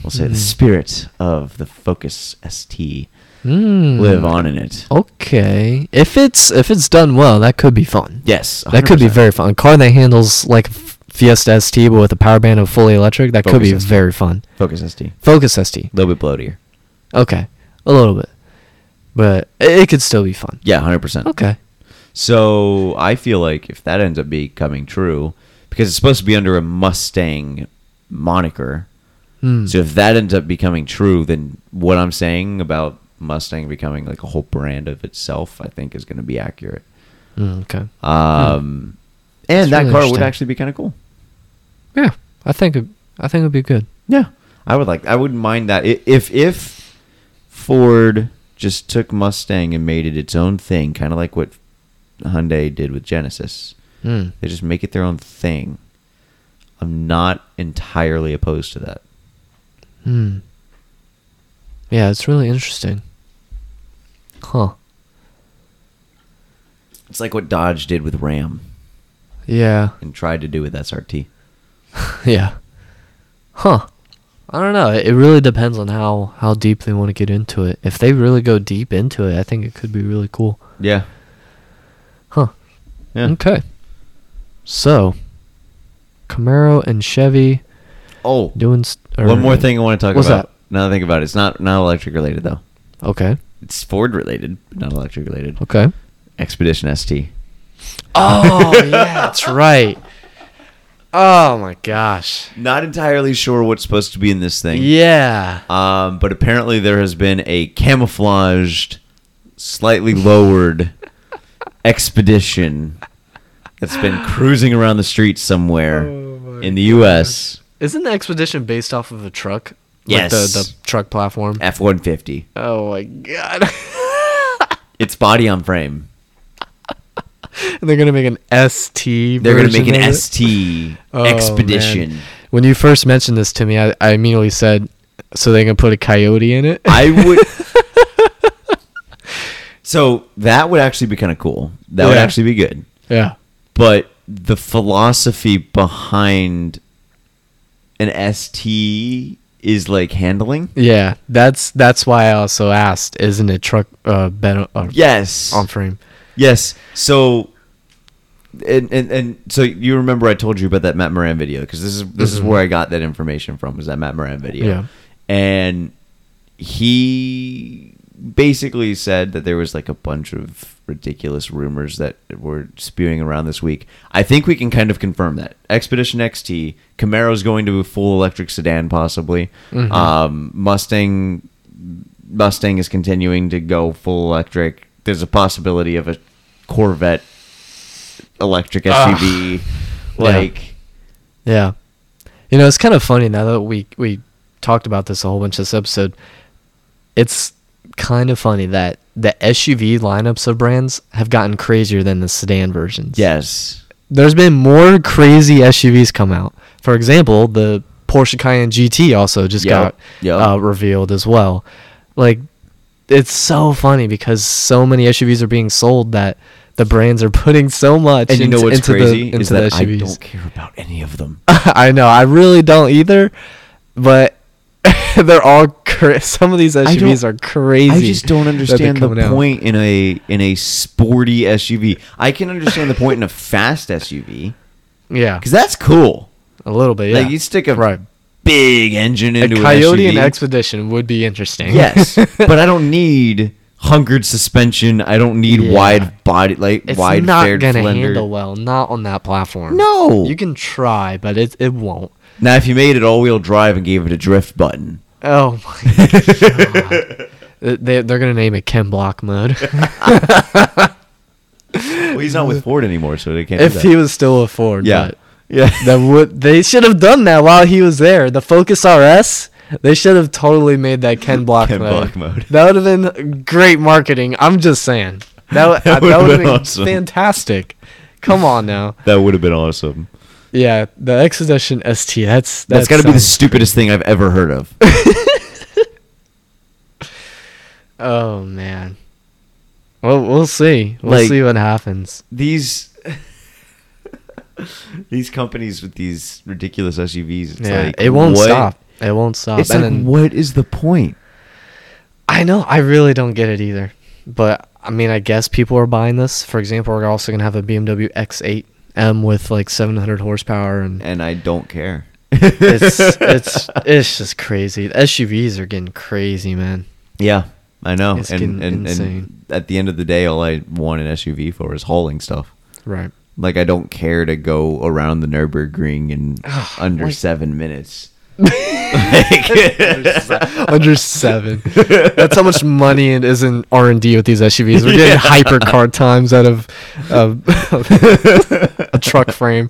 Speaker 2: we'll say the spirit of the focus st
Speaker 1: Mm.
Speaker 2: live on in it.
Speaker 1: Okay. If it's if it's done well, that could be fun.
Speaker 2: Yes,
Speaker 1: That could be
Speaker 2: 100%.
Speaker 1: very fun. A car that handles like a F- Fiesta ST but with a power band and fully electric, that could
Speaker 2: Focus
Speaker 1: be
Speaker 2: ST.
Speaker 1: very fun.
Speaker 2: Focus ST.
Speaker 1: Focus ST.
Speaker 2: A little bit bloatier.
Speaker 1: Okay. A little bit. But it, it could still be fun.
Speaker 2: Yeah, hundred percent.
Speaker 1: Okay.
Speaker 2: So I feel like if that ends up becoming true, because it's supposed to be under a Mustang moniker,
Speaker 1: Hmm.
Speaker 2: so if that ends up becoming true, then what I'm saying about Mustang becoming like a whole brand of itself, I think, is going to be accurate.
Speaker 1: Mm, okay. Hmm.
Speaker 2: Um,
Speaker 1: That's
Speaker 2: and that
Speaker 1: really
Speaker 2: car would
Speaker 1: interesting.
Speaker 2: actually be kind of cool.
Speaker 1: Yeah. I think it, I think it'd be good.
Speaker 2: Yeah, I would like. I wouldn't mind that I- if if Ford just took Mustang and made it its own thing, kind of like what Hyundai did with Genesis.
Speaker 1: Mm.
Speaker 2: They just make it their own thing. I'm not entirely opposed to that.
Speaker 1: Hmm. Yeah, it's really interesting. Huh.
Speaker 2: It's like what Dodge did with Ram
Speaker 1: Yeah.
Speaker 2: and tried to do with SRT.
Speaker 1: yeah. Huh. I don't know. It it really depends on how how deep they want to get into it. If they really go deep into it, I think it could be really cool.
Speaker 2: Yeah.
Speaker 1: Huh.
Speaker 2: Yeah.
Speaker 1: Okay. So, Camaro and Chevy
Speaker 2: Oh,
Speaker 1: doing st- or-
Speaker 2: one more thing I want to talk
Speaker 1: What's
Speaker 2: about. Now that I think about it, it's not not electric related though.
Speaker 1: Okay.
Speaker 2: It's Ford related, but not electric related.
Speaker 1: Okay.
Speaker 2: Expedition ST.
Speaker 1: Oh yeah, that's right. Oh my gosh.
Speaker 2: Not entirely sure what's supposed to be in this thing.
Speaker 1: Yeah.
Speaker 2: Um, but apparently there has been a camouflaged, slightly lowered expedition that's been cruising around the streets somewhere
Speaker 1: Oh
Speaker 2: in the U.S.
Speaker 1: Isn't the expedition based off of a truck? Like
Speaker 2: Yes.
Speaker 1: the, the truck platform.
Speaker 2: F-150.
Speaker 1: Oh my god.
Speaker 2: It's body on frame.
Speaker 1: And they're gonna make an ST.
Speaker 2: They're going to
Speaker 1: version
Speaker 2: make an
Speaker 1: of it?
Speaker 2: ST
Speaker 1: Oh,
Speaker 2: expedition.
Speaker 1: man. When you first mentioned this to me, I, I immediately said, "So they can put a coyote in it?"
Speaker 2: I would. so that would actually be kind of cool. That would
Speaker 1: Yeah.
Speaker 2: actually be good.
Speaker 1: yeah.
Speaker 2: but the philosophy behind an ST is like handling.
Speaker 1: Yeah. That's that's why I also asked, "Isn't it truck uh ben, uh,
Speaker 2: Yes.
Speaker 1: on frame?"
Speaker 2: Yes. So and, and and so you remember I told you about that Matt Moran video because this is this is where I got that information from was that Matt Moran video.
Speaker 1: Yeah.
Speaker 2: And he basically said that there was like a bunch of ridiculous rumors that were spewing around this week. I think we can kind of confirm that. Expedition XT, Camaro's going to a full electric sedan possibly. Um, Mustang Mustang is continuing to go full electric. There's a possibility of a Corvette electric
Speaker 1: Ah.
Speaker 2: SUV. Like,
Speaker 1: Yeah. You know, it's kind of funny now that we we talked about this a whole bunch this episode. It's kind of funny that the SUV lineups of brands have gotten crazier than the sedan versions.
Speaker 2: yes,
Speaker 1: there's been more crazy SUVs come out. For example, the Porsche Cayenne GT also just
Speaker 2: Yep,
Speaker 1: got
Speaker 2: yep.
Speaker 1: Uh, revealed as well. Like, it's so funny because so many SUVs are being sold that the brands are putting so much
Speaker 2: and you know
Speaker 1: into,
Speaker 2: what's
Speaker 1: into
Speaker 2: crazy
Speaker 1: the, into
Speaker 2: is that
Speaker 1: the
Speaker 2: I
Speaker 1: SUVs.
Speaker 2: don't care about any of them.
Speaker 1: I know, I really don't either, but they're all cra- some of these SUVs are
Speaker 2: don't-
Speaker 1: crazy.
Speaker 2: I just don't
Speaker 1: that they're
Speaker 2: understand
Speaker 1: coming
Speaker 2: the
Speaker 1: out.
Speaker 2: point in a in a sporty SUV. I can understand the point in a fast SUV
Speaker 1: Yeah,
Speaker 2: because that's cool.
Speaker 1: a little bit. Yeah.
Speaker 2: Like you stick a
Speaker 1: right.
Speaker 2: big engine
Speaker 1: A
Speaker 2: into a
Speaker 1: Coyote
Speaker 2: an
Speaker 1: and
Speaker 2: SUV.
Speaker 1: Expedition would be interesting.
Speaker 2: Yes, but I don't need hungered suspension. I don't need
Speaker 1: Yeah.
Speaker 2: wide body, like
Speaker 1: It's
Speaker 2: wide
Speaker 1: not
Speaker 2: fared
Speaker 1: gonna
Speaker 2: fender.
Speaker 1: handle well, not on that platform.
Speaker 2: No.
Speaker 1: you can try, but it it won't.
Speaker 2: Now, if you made it all-wheel drive and gave it a drift button,
Speaker 1: Oh my god! they they're gonna name it Ken Block mode.
Speaker 2: well, he's not with Ford anymore, so they can't.
Speaker 1: if
Speaker 2: do that.
Speaker 1: he was still a Ford,
Speaker 2: yeah,
Speaker 1: but
Speaker 2: yeah,
Speaker 1: that would they should have done that while he was there. The Focus RS, they should have totally made that Ken Block
Speaker 2: Ken
Speaker 1: mode.
Speaker 2: Block mode.
Speaker 1: That would have been great marketing. I'm just saying that would
Speaker 2: That
Speaker 1: that
Speaker 2: would
Speaker 1: would
Speaker 2: have
Speaker 1: have
Speaker 2: been
Speaker 1: been
Speaker 2: awesome.
Speaker 1: fantastic. Come on now,
Speaker 2: that would have been awesome.
Speaker 1: yeah, the Expedition ST. That's
Speaker 2: That's
Speaker 1: that's
Speaker 2: got to be the
Speaker 1: sounds-
Speaker 2: stupidest thing I've ever heard of.
Speaker 1: Oh man. Well, we'll see. We'll
Speaker 2: Like-
Speaker 1: see what happens.
Speaker 2: these these companies with these ridiculous SUVs. It's
Speaker 1: yeah,
Speaker 2: like,
Speaker 1: it won't
Speaker 2: what-
Speaker 1: stop. It won't stop.
Speaker 2: It's
Speaker 1: and
Speaker 2: like,
Speaker 1: then
Speaker 2: what is the point?
Speaker 1: I know. I really don't get it either. But I mean, I guess people are buying this. For example, we're also gonna have a BMW X8 M with like 700 horsepower, and
Speaker 2: and I don't care.
Speaker 1: it's it's it's just crazy. The SUVs are getting crazy, man.
Speaker 2: Yeah, I know.
Speaker 1: It's
Speaker 2: and
Speaker 1: getting
Speaker 2: and,
Speaker 1: insane.
Speaker 2: and at the end of the day, all I want an SUV for is hauling stuff.
Speaker 1: Right.
Speaker 2: Like I don't care to go around the Nürburgring in under
Speaker 1: like-
Speaker 2: seven minutes. Like-
Speaker 1: Under seven. That's how much money it is in R and D with these SUVs. We're getting hyper car times out of of a truck frame.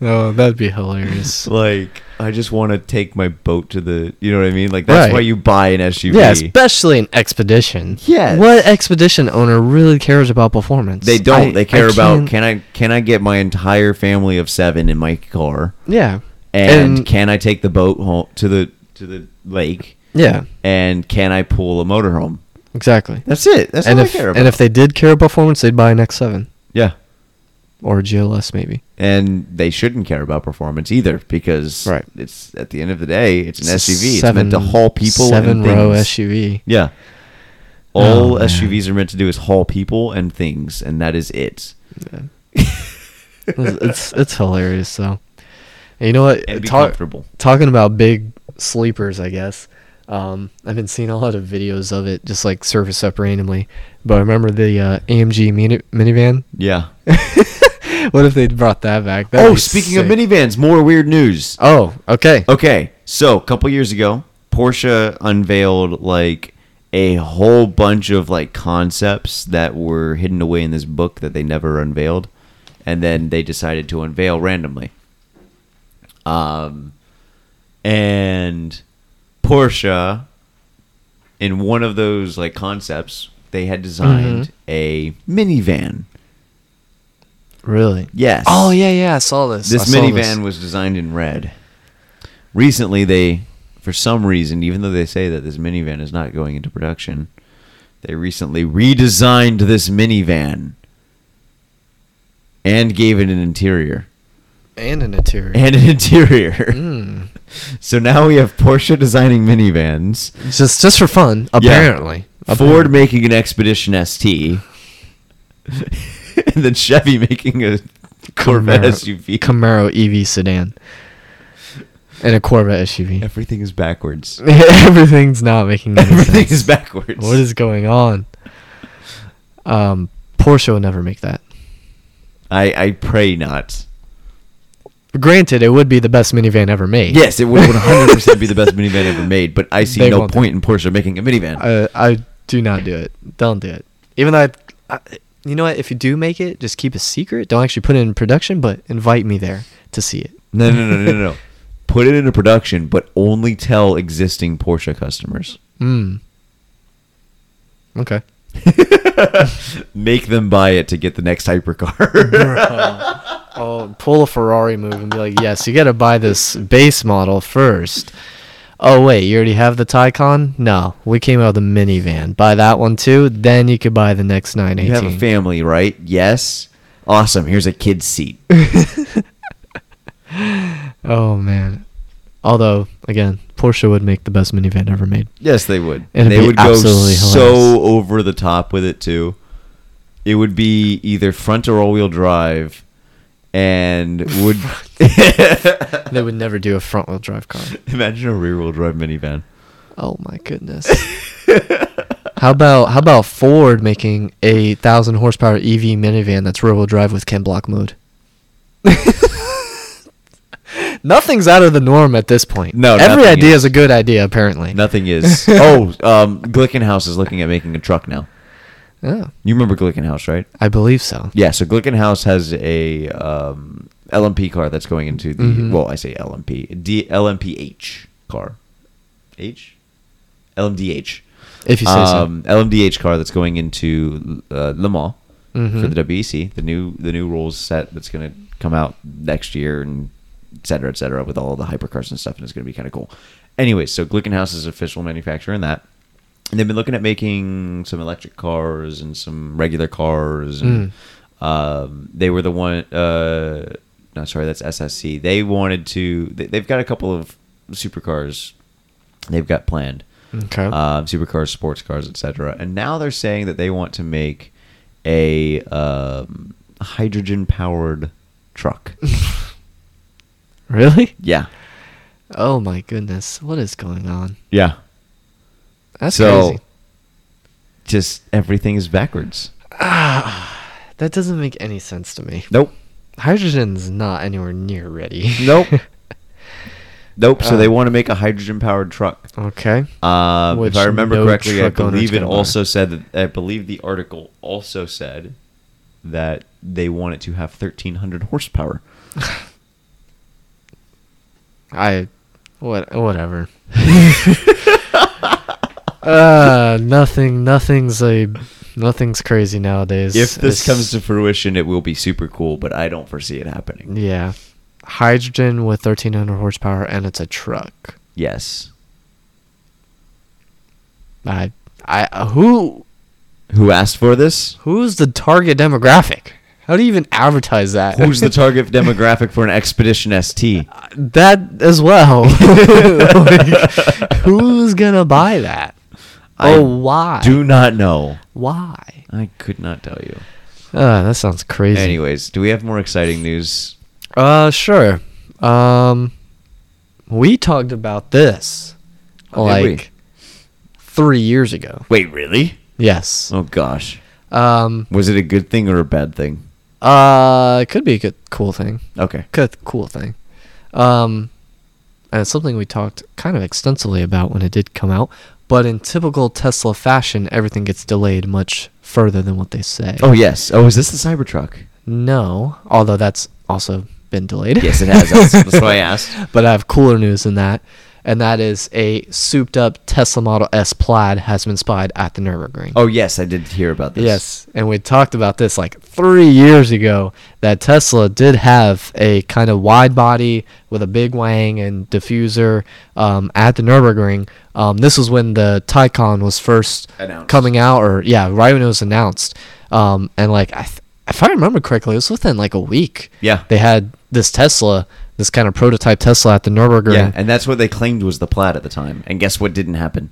Speaker 1: no, that'd be hilarious.
Speaker 2: like I just want to take my boat to the. You know what I mean? Like that's
Speaker 1: Right.
Speaker 2: why you buy an SUV.
Speaker 1: Yeah, especially an expedition.
Speaker 2: Yes.
Speaker 1: What expedition owner really cares about performance?
Speaker 2: They don't.
Speaker 1: I-
Speaker 2: they
Speaker 1: I
Speaker 2: care about
Speaker 1: can't-
Speaker 2: can I can I get my entire family of seven in my car,
Speaker 1: yeah.
Speaker 2: and, can I take the boat home to the to the lake,
Speaker 1: yeah,
Speaker 2: and can I pull a motorhome?
Speaker 1: exactly.
Speaker 2: That's it. That's
Speaker 1: and
Speaker 2: all
Speaker 1: if
Speaker 2: I care about.
Speaker 1: and if they did care about performance, they'd buy an X7
Speaker 2: yeah,
Speaker 1: or a GLS maybe.
Speaker 2: and they shouldn't care about performance either because
Speaker 1: Right.
Speaker 2: it's at the end of the day it's an
Speaker 1: It's a
Speaker 2: SUV. it's meant to haul people. and
Speaker 1: Seven row
Speaker 2: things.
Speaker 1: SUV.
Speaker 2: Yeah. All
Speaker 1: Oh, man.
Speaker 2: SUVs are meant to do is haul people and things, and that is it.
Speaker 1: It's, it's it's hilarious though. And you know what?
Speaker 2: And be
Speaker 1: Talk-
Speaker 2: comfortable.
Speaker 1: talking about big sleepers, I guess. Um, I've been seeing a lot of videos of it just like surface up randomly. But I remember the uh, AMG mini- minivan.
Speaker 2: Yeah.
Speaker 1: What if they brought that back? That'd
Speaker 2: oh,
Speaker 1: be
Speaker 2: speaking of
Speaker 1: sick.
Speaker 2: minivans, more weird news.
Speaker 1: Oh, okay.
Speaker 2: Okay, so a couple years ago, Porsche unveiled like a whole bunch of like concepts that were hidden away in this book that they never unveiled, and then they decided to unveil randomly. Um, and Porsche, in one of those like concepts, they had designed a minivan.
Speaker 1: Really?
Speaker 2: Yes.
Speaker 1: Oh yeah, yeah. I saw this. I
Speaker 2: This
Speaker 1: saw
Speaker 2: minivan was designed in red. Recently, they, for some reason, even though they say that this minivan is not going into production, they recently redesigned this minivan and gave it an interior
Speaker 1: and an interior.
Speaker 2: and an interior.
Speaker 1: Mm.
Speaker 2: so now we have Porsche designing minivans,
Speaker 1: Just just for fun, apparently.
Speaker 2: Ford making an Expedition ST, and then Chevy making a Corvette SUV.
Speaker 1: Camaro EV sedan, and a Corvette SUV.
Speaker 2: Everything is backwards.
Speaker 1: Everything's not making any
Speaker 2: Everything
Speaker 1: sense.
Speaker 2: is backwards.
Speaker 1: What is going on? Um, Porsche would never make that.
Speaker 2: I, I pray not.
Speaker 1: Granted, it would be the best minivan ever made.
Speaker 2: Yes, it would 100% be the best minivan ever made, but I see
Speaker 1: They
Speaker 2: no
Speaker 1: won't
Speaker 2: point in Porsche making a minivan.
Speaker 1: I, I do not do it. Don't do it. Even though, I, I, you know what? If you do make it, just keep a secret. Don't actually put it in production, but invite me there to see it.
Speaker 2: no, no, no, no, no, no. Put it into production, but only tell existing Porsche customers.
Speaker 1: Mm. Okay.
Speaker 2: Make them buy it to get the next hypercar.
Speaker 1: Oh, pull a Ferrari move and be like, yes, you got to buy this base model first. Oh wait, you already have the Taycan? No, we came out with a minivan. Buy that one too, then you could buy the next
Speaker 2: you have
Speaker 1: 918.
Speaker 2: a family, right? Yes. Awesome. Here's a kid's seat.
Speaker 1: oh man. Although, again, Porsche would make the best minivan ever made.
Speaker 2: Yes, they would.
Speaker 1: It'd
Speaker 2: they
Speaker 1: be
Speaker 2: would go
Speaker 1: absolutely hilarious.
Speaker 2: so over the top with it too. It would be either front or all-wheel drive, and would
Speaker 1: They would never do a front wheel drive car.
Speaker 2: imagine a rear-wheel drive minivan.
Speaker 1: Oh my goodness. how about how about Ford making a thousand horsepower EV minivan that's rear wheel drive with Ken Block mode? Nothing's out of the norm at this point.
Speaker 2: No,
Speaker 1: every
Speaker 2: nothing
Speaker 1: idea
Speaker 2: is.
Speaker 1: is. a good idea apparently.
Speaker 2: Nothing is. oh, um, Glickenhaus is looking at making a truck now.
Speaker 1: Yeah,
Speaker 2: You remember Glickenhaus, right?
Speaker 1: I believe so.
Speaker 2: Yeah. So Glickenhaus has a um, LMP car that's going into the
Speaker 1: Mm-hmm.
Speaker 2: well, I say LMP, D, LMPH car, H, LMDH.
Speaker 1: If you say
Speaker 2: um, LMDH car that's going into uh, Le Mans for
Speaker 1: Mhm.
Speaker 2: the WEC, the new the new rules set that's going to come out next year and et cetera, et cetera, with all the hypercars and stuff, and it's going to be kind of cool. Anyway, so Glickenhaus is official manufacturer in that. And they've been looking at making some electric cars and some regular cars. And, um, they were the one. Uh, no, sorry, that's SSC. They wanted to. They, they've got a couple of supercars they've got planned.
Speaker 1: Okay.
Speaker 2: Um, supercars, sports cars, etc. And now they're saying that they want to make a um, hydrogen powered truck.
Speaker 1: really?
Speaker 2: yeah.
Speaker 1: Oh my goodness. What is going on?
Speaker 2: Yeah.
Speaker 1: That's
Speaker 2: so
Speaker 1: crazy.
Speaker 2: just everything is backwards.
Speaker 1: That doesn't make any sense to me.
Speaker 2: Nope.
Speaker 1: Hydrogen's not anywhere near ready.
Speaker 2: Nope. Nope. So they want to make a hydrogen powered truck.
Speaker 1: okay.
Speaker 2: Um, if
Speaker 1: Which
Speaker 2: I remember
Speaker 1: no
Speaker 2: correctly, I
Speaker 1: truck owner's
Speaker 2: believe it
Speaker 1: gonna buy.
Speaker 2: also said that I believe the article also said that they want it to have 1,300 horsepower.
Speaker 1: I what whatever. uh nothing nothing's a nothing's crazy nowadays.
Speaker 2: If this
Speaker 1: It's-
Speaker 2: comes to fruition, it will be super cool, but I don't foresee it happening.
Speaker 1: Yeah. Hydrogen with 1300 horsepower and it's a truck.
Speaker 2: Yes.
Speaker 1: I I who
Speaker 2: Who asked for this?
Speaker 1: who's the target demographic? How do you even advertise that? Uh,
Speaker 2: Who's the target demographic for an Expedition ST?
Speaker 1: that as well? Like, who's gonna buy that?
Speaker 2: I
Speaker 1: oh, why?
Speaker 2: Do not know.
Speaker 1: why?
Speaker 2: I could not tell you.
Speaker 1: Uh, that sounds crazy.
Speaker 2: Anyways, do we have more exciting news?
Speaker 1: Uh, sure. Um, we talked about this
Speaker 2: Oh, did we?
Speaker 1: like three years ago.
Speaker 2: Wait, really?
Speaker 1: Yes.
Speaker 2: Oh gosh.
Speaker 1: Um.
Speaker 2: Was it a good thing or a bad thing?
Speaker 1: Uh, it could be a good, cool thing.
Speaker 2: Okay.
Speaker 1: Good, cool thing. Um, and it's something we talked kind of extensively about when it did come out. But in typical Tesla fashion, everything gets delayed much further than what they say.
Speaker 2: Oh yes. Oh, is this the Cybertruck?
Speaker 1: No, although that's also been delayed.
Speaker 2: Yes, it has. That's, that's why I asked.
Speaker 1: but I have cooler news than that, and that is a souped-up Tesla Model S Plaid has been spied at the Nurburgring.
Speaker 2: Oh yes, I did hear about this.
Speaker 1: Yes, and we talked about this like three years ago that Tesla did have a kind of wide body with a big wang and diffuser um, at the Nurburgring. Um, this was when the Taycan was first
Speaker 2: Announced.
Speaker 1: coming out, or yeah, right when it was announced. Um, and like, I th- if I remember correctly, it was within like a week.
Speaker 2: Yeah.
Speaker 1: they had this Tesla, this kind of prototype Tesla at the Nurburgring,
Speaker 2: Yeah, and that's what they claimed was the plaid at the time. And guess what didn't happen?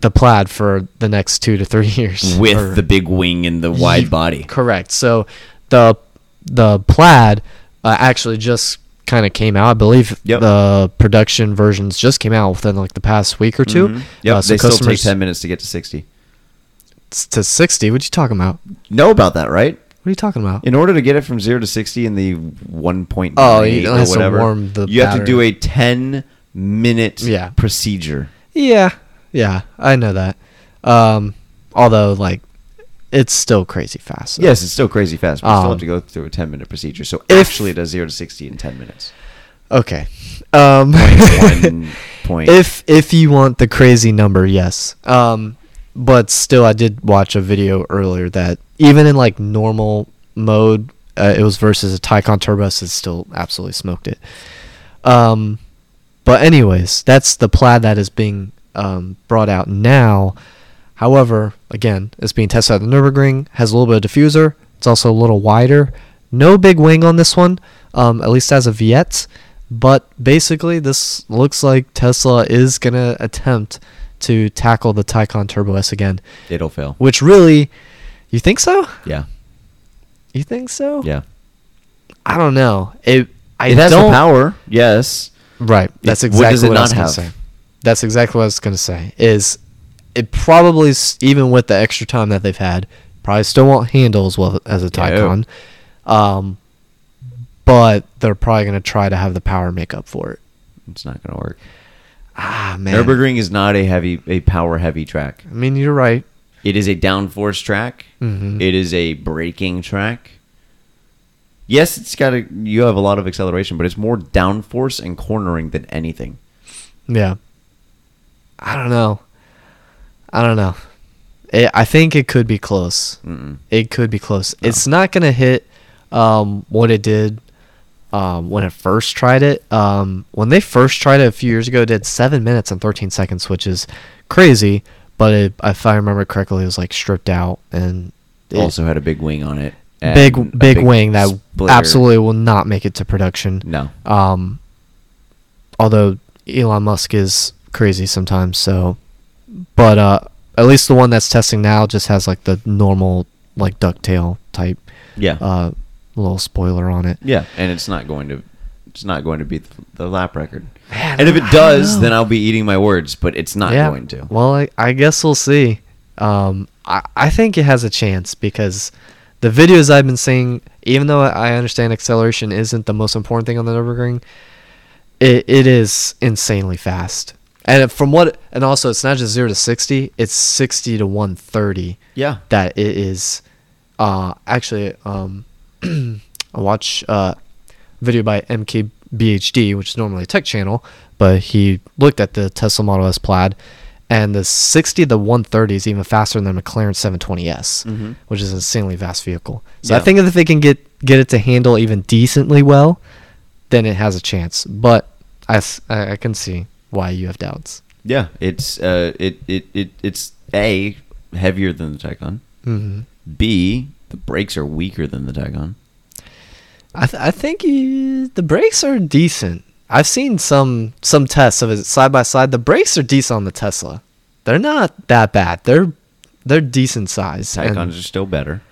Speaker 1: the Plaid for the next two to three years
Speaker 2: With
Speaker 1: or-
Speaker 2: the big wing and the
Speaker 1: Ye-
Speaker 2: wide body.
Speaker 1: Correct. So the the plaid uh, actually just kind of came out. I believe
Speaker 2: Yep.
Speaker 1: the production versions just came out within like the past week or 2
Speaker 2: Mhm. Yep,
Speaker 1: Uh, so
Speaker 2: they still take
Speaker 1: customers
Speaker 2: ten minutes to get to sixty.
Speaker 1: s- to sixty. What you talking about?
Speaker 2: Know about that, right?
Speaker 1: What are you talking about?
Speaker 2: In order to get it from zero to sixty in the one point
Speaker 1: Oh,
Speaker 2: oh,
Speaker 1: you- it
Speaker 2: or
Speaker 1: has to
Speaker 2: whatever,
Speaker 1: warm the
Speaker 2: you have to do
Speaker 1: battery.
Speaker 2: a ten minute
Speaker 1: Yeah.
Speaker 2: procedure.
Speaker 1: yeah, yeah, I know that. Um, although like, it's still crazy fast. so-
Speaker 2: Yes, it's still crazy fast, but you still
Speaker 1: Um,
Speaker 2: have to go through a ten minute procedure. So
Speaker 1: if-
Speaker 2: actually, it does zero to sixty in ten minutes.
Speaker 1: Okay. Um,
Speaker 2: One point.
Speaker 1: If if you want the crazy number, yes. Um, but still, I did watch a video earlier that even in like normal mode, uh, it was versus a Tycon Turbo, so it still absolutely smoked it. Um, but anyways, that's the plaid that is being um, brought out now. However, again, it's being tested at the Nurburgring. Has a little bit of diffuser. It's also a little wider. No big wing on this one, um, at least as of yet. But basically, this looks like Tesla is gonna attempt to tackle the Taycan Turbo S again,
Speaker 2: It'll fail.
Speaker 1: which really, you think so?
Speaker 2: Yeah,
Speaker 1: You think so?
Speaker 2: yeah.
Speaker 1: I don't know. It. I
Speaker 2: it has
Speaker 1: don't,
Speaker 2: the power. Yes.
Speaker 1: Right. That's
Speaker 2: It-
Speaker 1: exactly what,
Speaker 2: what does it
Speaker 1: I was
Speaker 2: not
Speaker 1: gonna
Speaker 2: have?
Speaker 1: say. That's exactly what I was gonna say. Is it probably s- even with the extra time that they've had, probably still won't handle as well as a
Speaker 2: Yeah.
Speaker 1: Taycan. Um, but they're probably gonna try to have the power make up for it.
Speaker 2: It's not going to work.
Speaker 1: Ah man.
Speaker 2: Nurburgring is not a heavy, a power heavy track.
Speaker 1: I mean, you're right.
Speaker 2: It is a downforce track.
Speaker 1: Mhm.
Speaker 2: It is a braking track. Yes, it's got a. You have a lot of acceleration, but it's more downforce and cornering than anything.
Speaker 1: Yeah. I don't know. I don't know. It, I think it could be close.
Speaker 2: Mm-mm.
Speaker 1: It could be close.
Speaker 2: No.
Speaker 1: It's not gonna hit um, what it did um, when it first tried it. Um, when they first tried it a few years ago, it did seven minutes and thirteen seconds, which is crazy. But it, if I remember correctly, it was like stripped out and it,
Speaker 2: also had a big wing on it. and
Speaker 1: big
Speaker 2: a
Speaker 1: big wing that
Speaker 2: splitter.
Speaker 1: absolutely will not make it to production.
Speaker 2: no.
Speaker 1: Um, although Elon Musk is crazy sometimes. So, but uh, at least the one that's testing now just has like the normal like ducktail type
Speaker 2: Yeah.
Speaker 1: uh little spoiler on it.
Speaker 2: yeah. And it's not going to it's not going to beat the, the lap record.
Speaker 1: Man,
Speaker 2: And if it
Speaker 1: I
Speaker 2: does,
Speaker 1: don't
Speaker 2: then
Speaker 1: know.
Speaker 2: I'll be eating my words, but it's not going to.
Speaker 1: Well, I, I guess we'll see. Um, I, I think it has a chance because the videos I've been seeing, even though I understand acceleration isn't the most important thing on the Nurburgring, it, it is insanely fast. And from what, and also it's not just zero to sixty; it's sixty to one thirty.
Speaker 2: Yeah.
Speaker 1: That it is. Uh, actually, um, I watch uh, video by MKBHD, which is normally a tech channel, but he looked at the Tesla Model S Plaid, and the 60 to 130 is even faster than the McLaren 720S,
Speaker 2: Mhm.
Speaker 1: which is an insanely fast vehicle. So I
Speaker 2: Yeah.
Speaker 1: think if they can get get it to handle even decently well, then it has a chance. But I, s- I- I can see why you have doubts.
Speaker 2: Yeah. It's uh it it, it it's A heavier than the Taycan.
Speaker 1: hmm
Speaker 2: B the brakes are weaker than the Taycan.
Speaker 1: I, th- I think you, the brakes are decent. I've seen some some tests of it side by side. The brakes are decent on the Tesla. They're not that bad. They're they're decent size. and
Speaker 2: Taycans are still better.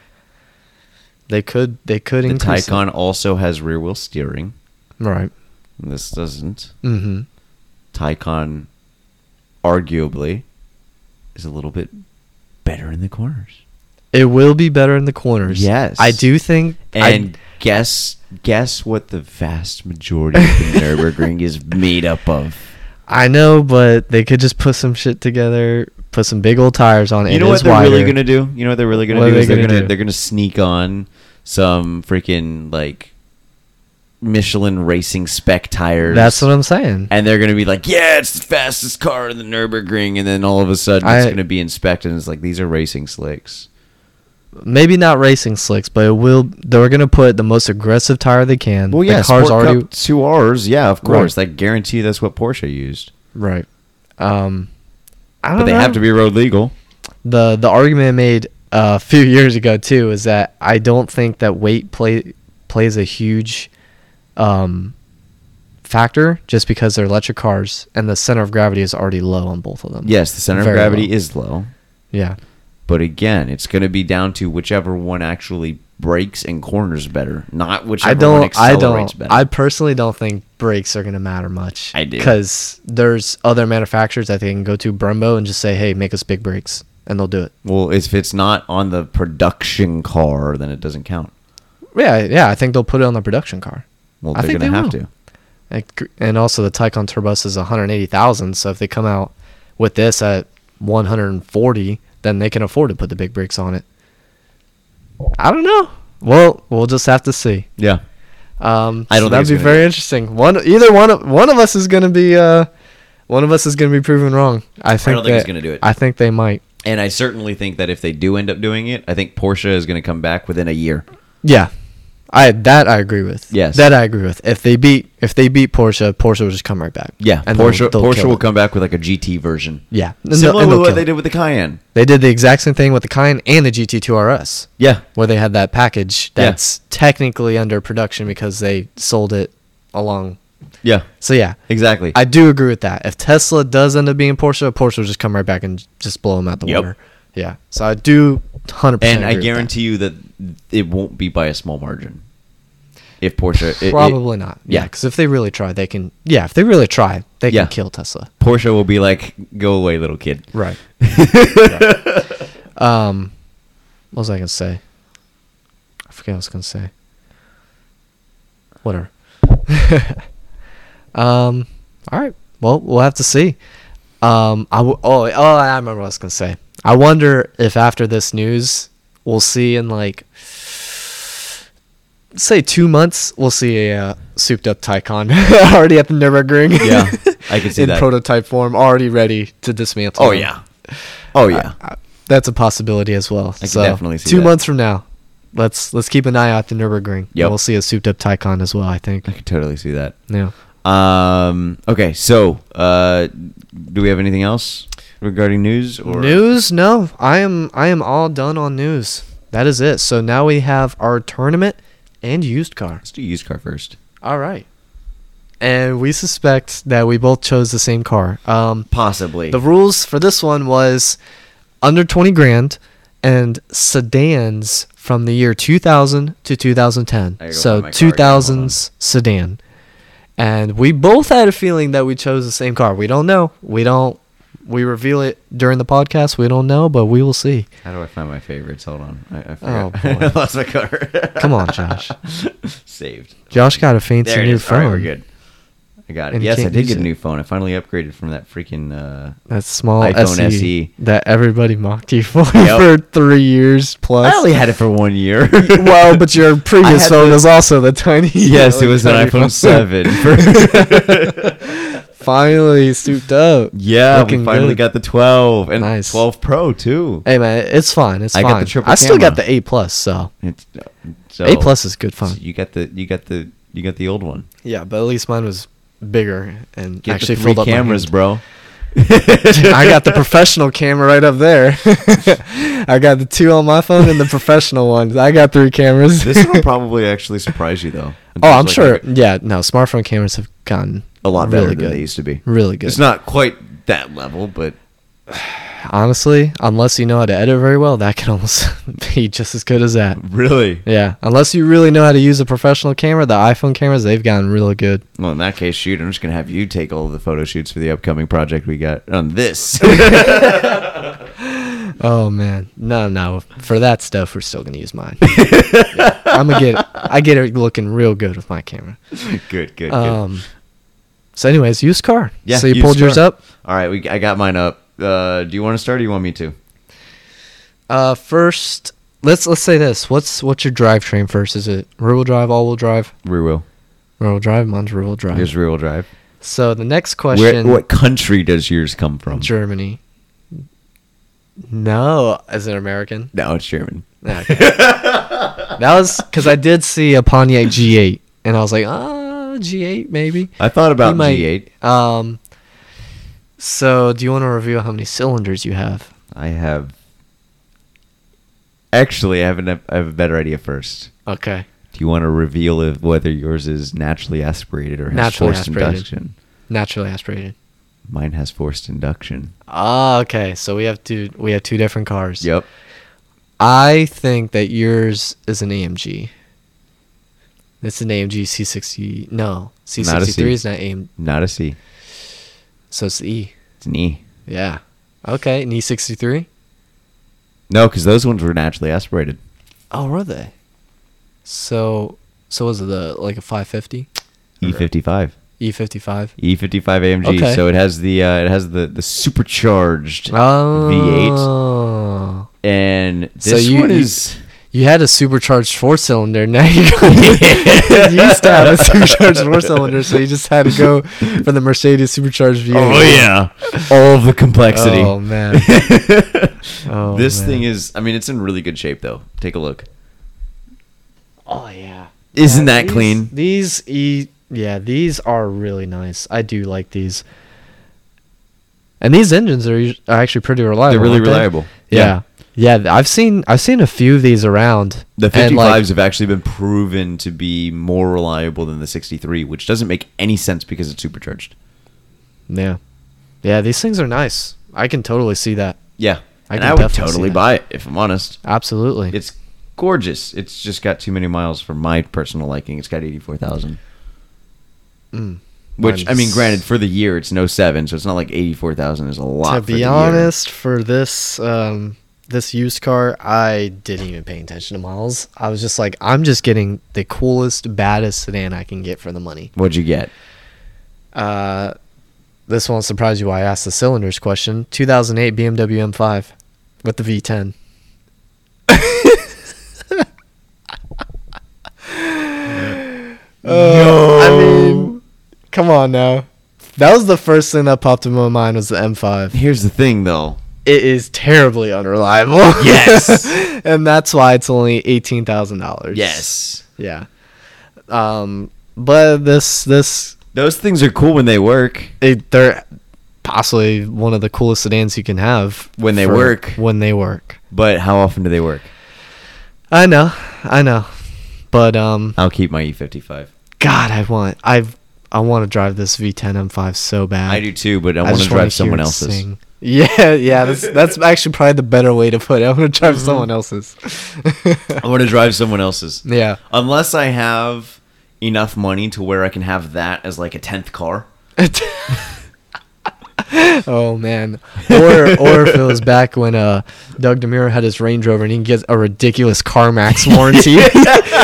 Speaker 1: They could they could
Speaker 2: The
Speaker 1: increase. it.
Speaker 2: Taycan also has rear wheel steering.
Speaker 1: Right.
Speaker 2: This doesn't.
Speaker 1: Mm-hmm.
Speaker 2: Tycon arguably is a little bit better in the corners.
Speaker 1: It will be better in the corners.
Speaker 2: Yes.
Speaker 1: I do think. I-
Speaker 2: And guess guess what the vast majority of the Nurburgring is made up of.
Speaker 1: I, know, but they could just put some shit together, put some big old tires on it.
Speaker 2: You know
Speaker 1: It
Speaker 2: what
Speaker 1: is
Speaker 2: they're really
Speaker 1: wider.
Speaker 2: gonna do? You know what they're really gonna
Speaker 1: What are
Speaker 2: do
Speaker 1: they
Speaker 2: is they're
Speaker 1: gonna
Speaker 2: gonna,
Speaker 1: do?
Speaker 2: they're gonna sneak on some freaking like Michelin racing spec tires.
Speaker 1: That's what I'm saying.
Speaker 2: and they're gonna be like, "Yeah, it's the fastest car in the Nurburgring," and then all of a sudden, it's
Speaker 1: I-
Speaker 2: gonna be inspected, and it's like these are racing slicks.
Speaker 1: Maybe not racing slicks, but it will. They're gonna put the most aggressive tire they can.
Speaker 2: Well, yeah,
Speaker 1: the car's
Speaker 2: Sport
Speaker 1: already
Speaker 2: Cup two R's. Yeah, of
Speaker 1: Right.
Speaker 2: course. I guarantee that's what Porsche used,
Speaker 1: Right. Um, I don't
Speaker 2: but they
Speaker 1: know.
Speaker 2: have to be road legal.
Speaker 1: the the argument I made uh, a few years ago too is that I don't think that weight play plays a huge um, factor just because they're electric cars and the center of gravity is already low on both of them.
Speaker 2: Yes, the center
Speaker 1: Very
Speaker 2: of gravity
Speaker 1: low.
Speaker 2: is low,
Speaker 1: Yeah.
Speaker 2: but again, it's going to be down to whichever one actually brakes and corners better, not whichever
Speaker 1: I
Speaker 2: one
Speaker 1: don't. I
Speaker 2: accelerates
Speaker 1: don't.
Speaker 2: better.
Speaker 1: I personally don't think brakes are gonna matter much.
Speaker 2: I do.
Speaker 1: because there's other manufacturers that they can go to Brembo and just say, "Hey, make us big brakes," and they'll do it.
Speaker 2: well, if it's not on the production car, then it doesn't count.
Speaker 1: Yeah, yeah. I think they'll put it on the production car.
Speaker 2: Well,
Speaker 1: I
Speaker 2: they're
Speaker 1: think
Speaker 2: going
Speaker 1: they
Speaker 2: to
Speaker 1: will.
Speaker 2: have to.
Speaker 1: And gr- And also the Taycan Turbos is 180,000, so if they come out with this at 140, then they can afford to put the big brakes on it. I don't know. Well, we'll just have to see.
Speaker 2: Yeah,
Speaker 1: Um,
Speaker 2: I don't think
Speaker 1: that'd
Speaker 2: it's
Speaker 1: be
Speaker 2: gonna
Speaker 1: very interesting. One, either one, of, one of us is going to be, uh, one of us is going to be proven wrong. I think
Speaker 2: don't think he's
Speaker 1: that-
Speaker 2: gonna do it.
Speaker 1: I think they might.
Speaker 2: and I certainly think that if they do end up doing it, I think Porsche is going to come back within a year.
Speaker 1: Yeah, I that I agree with.
Speaker 2: Yes.
Speaker 1: that I agree with. If they beat, if they beat Porsche, Porsche will just come right back.
Speaker 2: Yeah,
Speaker 1: and they'll-
Speaker 2: Porsche
Speaker 1: they'll
Speaker 2: Porsche
Speaker 1: kill
Speaker 2: will
Speaker 1: it.
Speaker 2: come back with like a GT version.
Speaker 1: Yeah, And they'll-
Speaker 2: Similar
Speaker 1: and
Speaker 2: to
Speaker 1: they'll
Speaker 2: what
Speaker 1: kill
Speaker 2: they
Speaker 1: it.
Speaker 2: did with the Cayenne.
Speaker 1: They did the exact same thing with the Cayenne and the GT2RS,
Speaker 2: Yeah.
Speaker 1: where they had that package
Speaker 2: Yeah.
Speaker 1: that's technically under production because they sold it along.
Speaker 2: Yeah.
Speaker 1: So yeah,
Speaker 2: Exactly.
Speaker 1: I do agree with that. If Tesla does end up being Porsche, Porsche will just come right back and just blow them out the
Speaker 2: Yep.
Speaker 1: water. Yeah. So I do hundred percent.
Speaker 2: and I guarantee you that it won't be by a small margin. If Porsche it- it-
Speaker 1: probably not. Yeah,
Speaker 2: yeah.
Speaker 1: because if they really try, they can. Yeah, if they really try, they
Speaker 2: Yeah.
Speaker 1: can kill Tesla.
Speaker 2: Porsche will be like, go away, little kid.
Speaker 1: Right. Um, what was I gonna say? I forget what I was gonna say. Whatever. um. All right. Well, we'll have to see. Um. I w- oh oh I remember what I was gonna say. I wonder if after this news, we'll see in like say two months, we'll see a uh, souped up Tycon already at the Nurburgring.
Speaker 2: Yeah, I can see
Speaker 1: in
Speaker 2: that.
Speaker 1: prototype form, already ready to dismantle.
Speaker 2: oh
Speaker 1: them.
Speaker 2: yeah. Oh yeah.
Speaker 1: I- that's a possibility as well.
Speaker 2: can
Speaker 1: so
Speaker 2: definitely see
Speaker 1: two
Speaker 2: that.
Speaker 1: months from now, let's let's keep an eye out the Nurburgring. Yeah,
Speaker 2: Yep.
Speaker 1: we'll see a souped up Tycon as well. I think.
Speaker 2: I can totally see that.
Speaker 1: Yeah.
Speaker 2: Um. Okay. So, uh, do we have anything else regarding news or
Speaker 1: News? No, I am I am all done on news. That is it. So now we have our tournament and used car.
Speaker 2: Let's do used car first.
Speaker 1: All right. and we suspect that we both chose the same car. Um,
Speaker 2: Possibly.
Speaker 1: the rules for this one was under 20 grand and sedans from the year 2000 to 2010.
Speaker 2: I gotta go
Speaker 1: So
Speaker 2: find my car again, hold
Speaker 1: 2000s sedan. And we both had a feeling that we chose the same car. We don't know. We don't we reveal it during the podcast. We don't know, but we will see.
Speaker 2: How do I find my favorites? Hold on. I, I
Speaker 1: Oh,
Speaker 2: forgot. I lost my car.
Speaker 1: Come on, Josh.
Speaker 2: Saved.
Speaker 1: Josh got a fancy
Speaker 2: There it
Speaker 1: new
Speaker 2: is.
Speaker 1: phone.
Speaker 2: All right, we're good. I got it.
Speaker 1: And you
Speaker 2: yes, I
Speaker 1: can't
Speaker 2: did
Speaker 1: use
Speaker 2: get a
Speaker 1: it.
Speaker 2: new phone. I finally upgraded from that freaking. Uh,
Speaker 1: That small
Speaker 2: iPhone
Speaker 1: SE,
Speaker 2: SE.
Speaker 1: that everybody mocked you for
Speaker 2: Yep.
Speaker 1: for 3 years plus.
Speaker 2: I only had it for one year.
Speaker 1: well, but your
Speaker 2: I
Speaker 1: previous
Speaker 2: had
Speaker 1: phone
Speaker 2: the-
Speaker 1: was also the tiny.
Speaker 2: yes, it
Speaker 1: like,
Speaker 2: was an
Speaker 1: tiny phone.
Speaker 2: iPhone seven.
Speaker 1: Finally souped up.
Speaker 2: yeah,
Speaker 1: Looking
Speaker 2: we finally
Speaker 1: good.
Speaker 2: got the twelve and
Speaker 1: Nice.
Speaker 2: twelve Pro too.
Speaker 1: Hey man, it's fine. It's
Speaker 2: I got
Speaker 1: fine.
Speaker 2: the triple
Speaker 1: I still got
Speaker 2: camera.
Speaker 1: the A plus. So
Speaker 2: It's, uh, so,
Speaker 1: A plus is good
Speaker 2: so
Speaker 1: fun.
Speaker 2: You got the you got the you got the old one.
Speaker 1: Yeah, but at least mine was bigger and
Speaker 2: Get
Speaker 1: actually
Speaker 2: the three
Speaker 1: filled up my
Speaker 2: cameras,
Speaker 1: hand.
Speaker 2: bro.
Speaker 1: I got the professional camera right up there. I got the two on my phone and the professional ones. I got three cameras.
Speaker 2: this will probably actually surprise you though.
Speaker 1: oh, I'm
Speaker 2: Like,
Speaker 1: sure. Yeah, no, smartphone cameras have gotten
Speaker 2: a lot better
Speaker 1: really
Speaker 2: than
Speaker 1: good.
Speaker 2: they used to be.
Speaker 1: Really good.
Speaker 2: It's not quite that level, but
Speaker 1: Honestly, unless you know how to edit very well, that can almost be just as good as that.
Speaker 2: really,
Speaker 1: Yeah, unless you really know how to use a professional camera, the iPhone cameras they've gotten really good.
Speaker 2: well, in that case, shoot, I'm just gonna have you take all of the photo shoots for the upcoming project we got on this.
Speaker 1: Oh man, no, no, for that stuff we're still gonna use mine. Yeah, I'm gonna get, I get it looking real good with my camera.
Speaker 2: good, good, good.
Speaker 1: Um, so anyways, used car.
Speaker 2: Yeah,
Speaker 1: So you
Speaker 2: used
Speaker 1: pulled yours
Speaker 2: car.
Speaker 1: up.
Speaker 2: All right, we I got mine up. Uh, do you want to start? or You want me to?
Speaker 1: Uh, first, let's let's say this. What's what's your drivetrain first? Is it rear wheel drive, all wheel drive,
Speaker 2: Rear wheel.
Speaker 1: rear wheel drive? Mine's rear wheel drive.
Speaker 2: Here's rear wheel drive.
Speaker 1: so the next
Speaker 2: Where,
Speaker 1: question.
Speaker 2: what country does yours come from?
Speaker 1: Germany. No, as an American.
Speaker 2: no, it's German.
Speaker 1: Okay. that was because I did see a Pontiac G8, and I was like, ah, G8 maybe.
Speaker 2: I thought
Speaker 1: We
Speaker 2: about
Speaker 1: might-
Speaker 2: G8.
Speaker 1: Um. So, do you want to review how many cylinders you have?
Speaker 2: I have. Actually, I have, an, I have a better idea first.
Speaker 1: Okay.
Speaker 2: Do you want to reveal if, whether yours is naturally aspirated or has
Speaker 1: Naturally
Speaker 2: forced
Speaker 1: aspirated.
Speaker 2: induction?
Speaker 1: Naturally aspirated.
Speaker 2: Mine has forced induction.
Speaker 1: Ah, okay. So we have two. We have two different cars.
Speaker 2: Yep.
Speaker 1: I think that yours is an AMG. It's an AMG C60. E, No,
Speaker 2: a
Speaker 1: C63
Speaker 2: C.
Speaker 1: is not AM.
Speaker 2: Not a C.
Speaker 1: So it's the E.
Speaker 2: It's an E.
Speaker 1: Yeah. Okay, E an E63?
Speaker 2: No, because those ones were naturally aspirated.
Speaker 1: Oh, were they? So, so was it the like a E 550?
Speaker 2: E E55.
Speaker 1: E55?
Speaker 2: E55 AMG.
Speaker 1: Okay.
Speaker 2: So it has the uh, it has the the supercharged V8.
Speaker 1: Oh.
Speaker 2: And this
Speaker 1: So you-
Speaker 2: one
Speaker 1: you-
Speaker 2: is
Speaker 1: You had a supercharged four cylinder. Now you you used to have a supercharged four cylinder, so you just had to go for the Mercedes supercharged V8.
Speaker 2: Oh, all of the complexity.
Speaker 1: Oh man. Oh,
Speaker 2: this
Speaker 1: man.
Speaker 2: thing is I mean it's in really good shape though. Take a look.
Speaker 1: Oh yeah.
Speaker 2: Isn't that
Speaker 1: these-
Speaker 2: clean?
Speaker 1: These e yeah, these are really nice. I do like these. And these engines are, us- are actually pretty reliable.
Speaker 2: They're really
Speaker 1: aren't they?
Speaker 2: reliable.
Speaker 1: Yeah. yeah. th- I've seen I've seen a few of these around.
Speaker 2: The
Speaker 1: and,
Speaker 2: 55s
Speaker 1: like,
Speaker 2: have actually been proven to be more reliable than the 63, which doesn't make any sense because it's supercharged.
Speaker 1: yeah. Yeah, these things are nice. I can totally see that.
Speaker 2: Yeah.
Speaker 1: I can
Speaker 2: and I would
Speaker 1: definitely see
Speaker 2: totally
Speaker 1: that.
Speaker 2: buy it if I'm honest.
Speaker 1: Absolutely.
Speaker 2: It's gorgeous. It's just got too many miles for my personal liking. It's got 84,000.
Speaker 1: Mm.
Speaker 2: Which, I mean,
Speaker 1: Mine's-
Speaker 2: granted, for the year, it's no 7, so it's not like 84,000 is a lot.
Speaker 1: to
Speaker 2: for the
Speaker 1: be
Speaker 2: year.
Speaker 1: honest, for this um this used car, I didn't even pay attention to miles. I was just like, I'm just getting the coolest, baddest sedan I can get for the money.
Speaker 2: What'd you get?
Speaker 1: Uh, this won't surprise you why I asked the cylinders question. 2008 BMW M5 with the V10. no. I mean, come on now. That was the first thing that popped in my mind was the M5.
Speaker 2: Here's the thing, though.
Speaker 1: It is terribly unreliable.
Speaker 2: Yes.
Speaker 1: and that's why it's only $18,000.
Speaker 2: Yes.
Speaker 1: Yeah. Um but this this
Speaker 2: Those things are cool when they work.
Speaker 1: it, they're possibly one of the coolest sedans you can have
Speaker 2: When they work.
Speaker 1: When they work,
Speaker 2: But how often do they work?
Speaker 1: I know, I know, but um,
Speaker 2: I'll keep my E E55.
Speaker 1: God, I want I've I want to drive this V10 M5 so bad.
Speaker 2: I do too, but I,
Speaker 1: I
Speaker 2: want to
Speaker 1: just wanna
Speaker 2: drive someone
Speaker 1: hear it
Speaker 2: else's.
Speaker 1: sing. Yeah, yeah, that's that's actually probably the better way to put it. I'm gonna
Speaker 2: Mm-hmm.
Speaker 1: drive someone else's.
Speaker 2: I want to drive someone else's.
Speaker 1: yeah,
Speaker 2: Unless I have enough money to where I can have that as like a tenth car.
Speaker 1: Oh man, or or if it was back when uh Doug Demuro had his Range Rover and he gets a ridiculous CarMax warranty,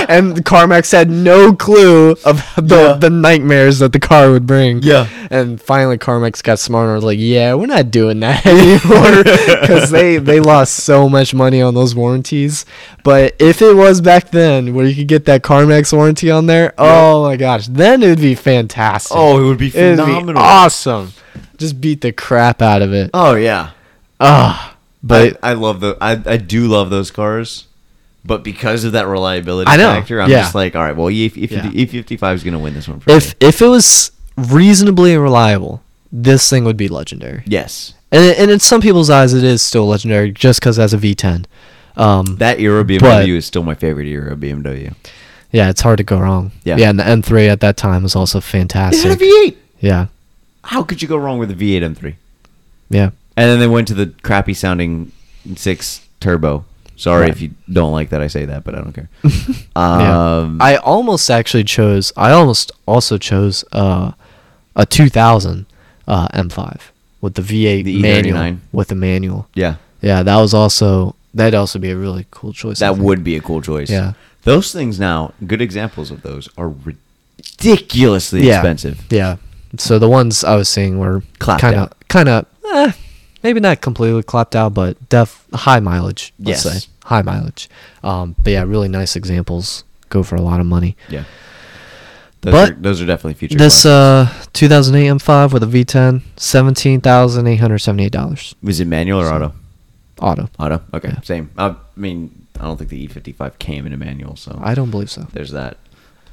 Speaker 1: and CarMax had no clue of the
Speaker 2: Yeah.
Speaker 1: the nightmares that the car would bring.
Speaker 2: Yeah.
Speaker 1: and finally CarMax got smart and was like, "Yeah, we're not doing that anymore," because they they lost so much money on those warranties. But if it was back then where you could get that CarMax warranty on there, oh my gosh, then it'd be fantastic.
Speaker 2: Oh, it would be
Speaker 1: It'd be awesome. Just beat the crap out of it.
Speaker 2: Oh yeah.
Speaker 1: Ah, but
Speaker 2: I, I love the I, I do love those cars, but because of that reliability
Speaker 1: I know,
Speaker 2: factor, I'm
Speaker 1: yeah.
Speaker 2: just like, all right, well, E if
Speaker 1: Yeah.
Speaker 2: E fifty five is gonna win this one for me.
Speaker 1: if if it was reasonably reliable, this thing would be legendary.
Speaker 2: Yes,
Speaker 1: And and in some people's eyes, it is still legendary just because as a V10. Um,
Speaker 2: that era BMW
Speaker 1: But-
Speaker 2: is still my favorite era of BMW.
Speaker 1: yeah, it's hard to go wrong.
Speaker 2: Yeah.
Speaker 1: yeah, and the M3 at that time was also
Speaker 2: It had a
Speaker 1: fantastic.
Speaker 2: V eight.
Speaker 1: Yeah,
Speaker 2: How could you go wrong with a V eight M three?
Speaker 1: yeah,
Speaker 2: And then they went to the crappy sounding six turbo. Sorry
Speaker 1: Right.
Speaker 2: if you don't like that I say that, but I don't care.
Speaker 1: yeah.
Speaker 2: um,
Speaker 1: I almost actually chose. I almost also chose uh, a 2000 uh, M5 with the V8
Speaker 2: The
Speaker 1: manual.
Speaker 2: E39.
Speaker 1: With the manual.
Speaker 2: yeah,
Speaker 1: Yeah, that was also that'd also be a really cool choice. I
Speaker 2: that
Speaker 1: think.
Speaker 2: would be a cool choice.
Speaker 1: Yeah.
Speaker 2: Those things now, good examples of those are ridiculously
Speaker 1: yeah.
Speaker 2: expensive.
Speaker 1: Yeah. So the ones I was seeing were
Speaker 2: Clapped
Speaker 1: kind of
Speaker 2: out.
Speaker 1: kind of eh, maybe not completely clapped out, but def high mileage. Let's
Speaker 2: Yes.
Speaker 1: say high mileage. Um, but yeah, really nice examples go for a lot of money.
Speaker 2: Yeah. Those,
Speaker 1: But
Speaker 2: are, those are definitely future.
Speaker 1: This
Speaker 2: cars.
Speaker 1: uh 2008 M5 with a V10, seventeen thousand eight hundred seventy-eight dollars
Speaker 2: was it manual or auto?
Speaker 1: auto.
Speaker 2: Auto. Okay,
Speaker 1: Yeah.
Speaker 2: same. I mean, I don't think the E55 came in a manual, so
Speaker 1: I don't believe so.
Speaker 2: there's that.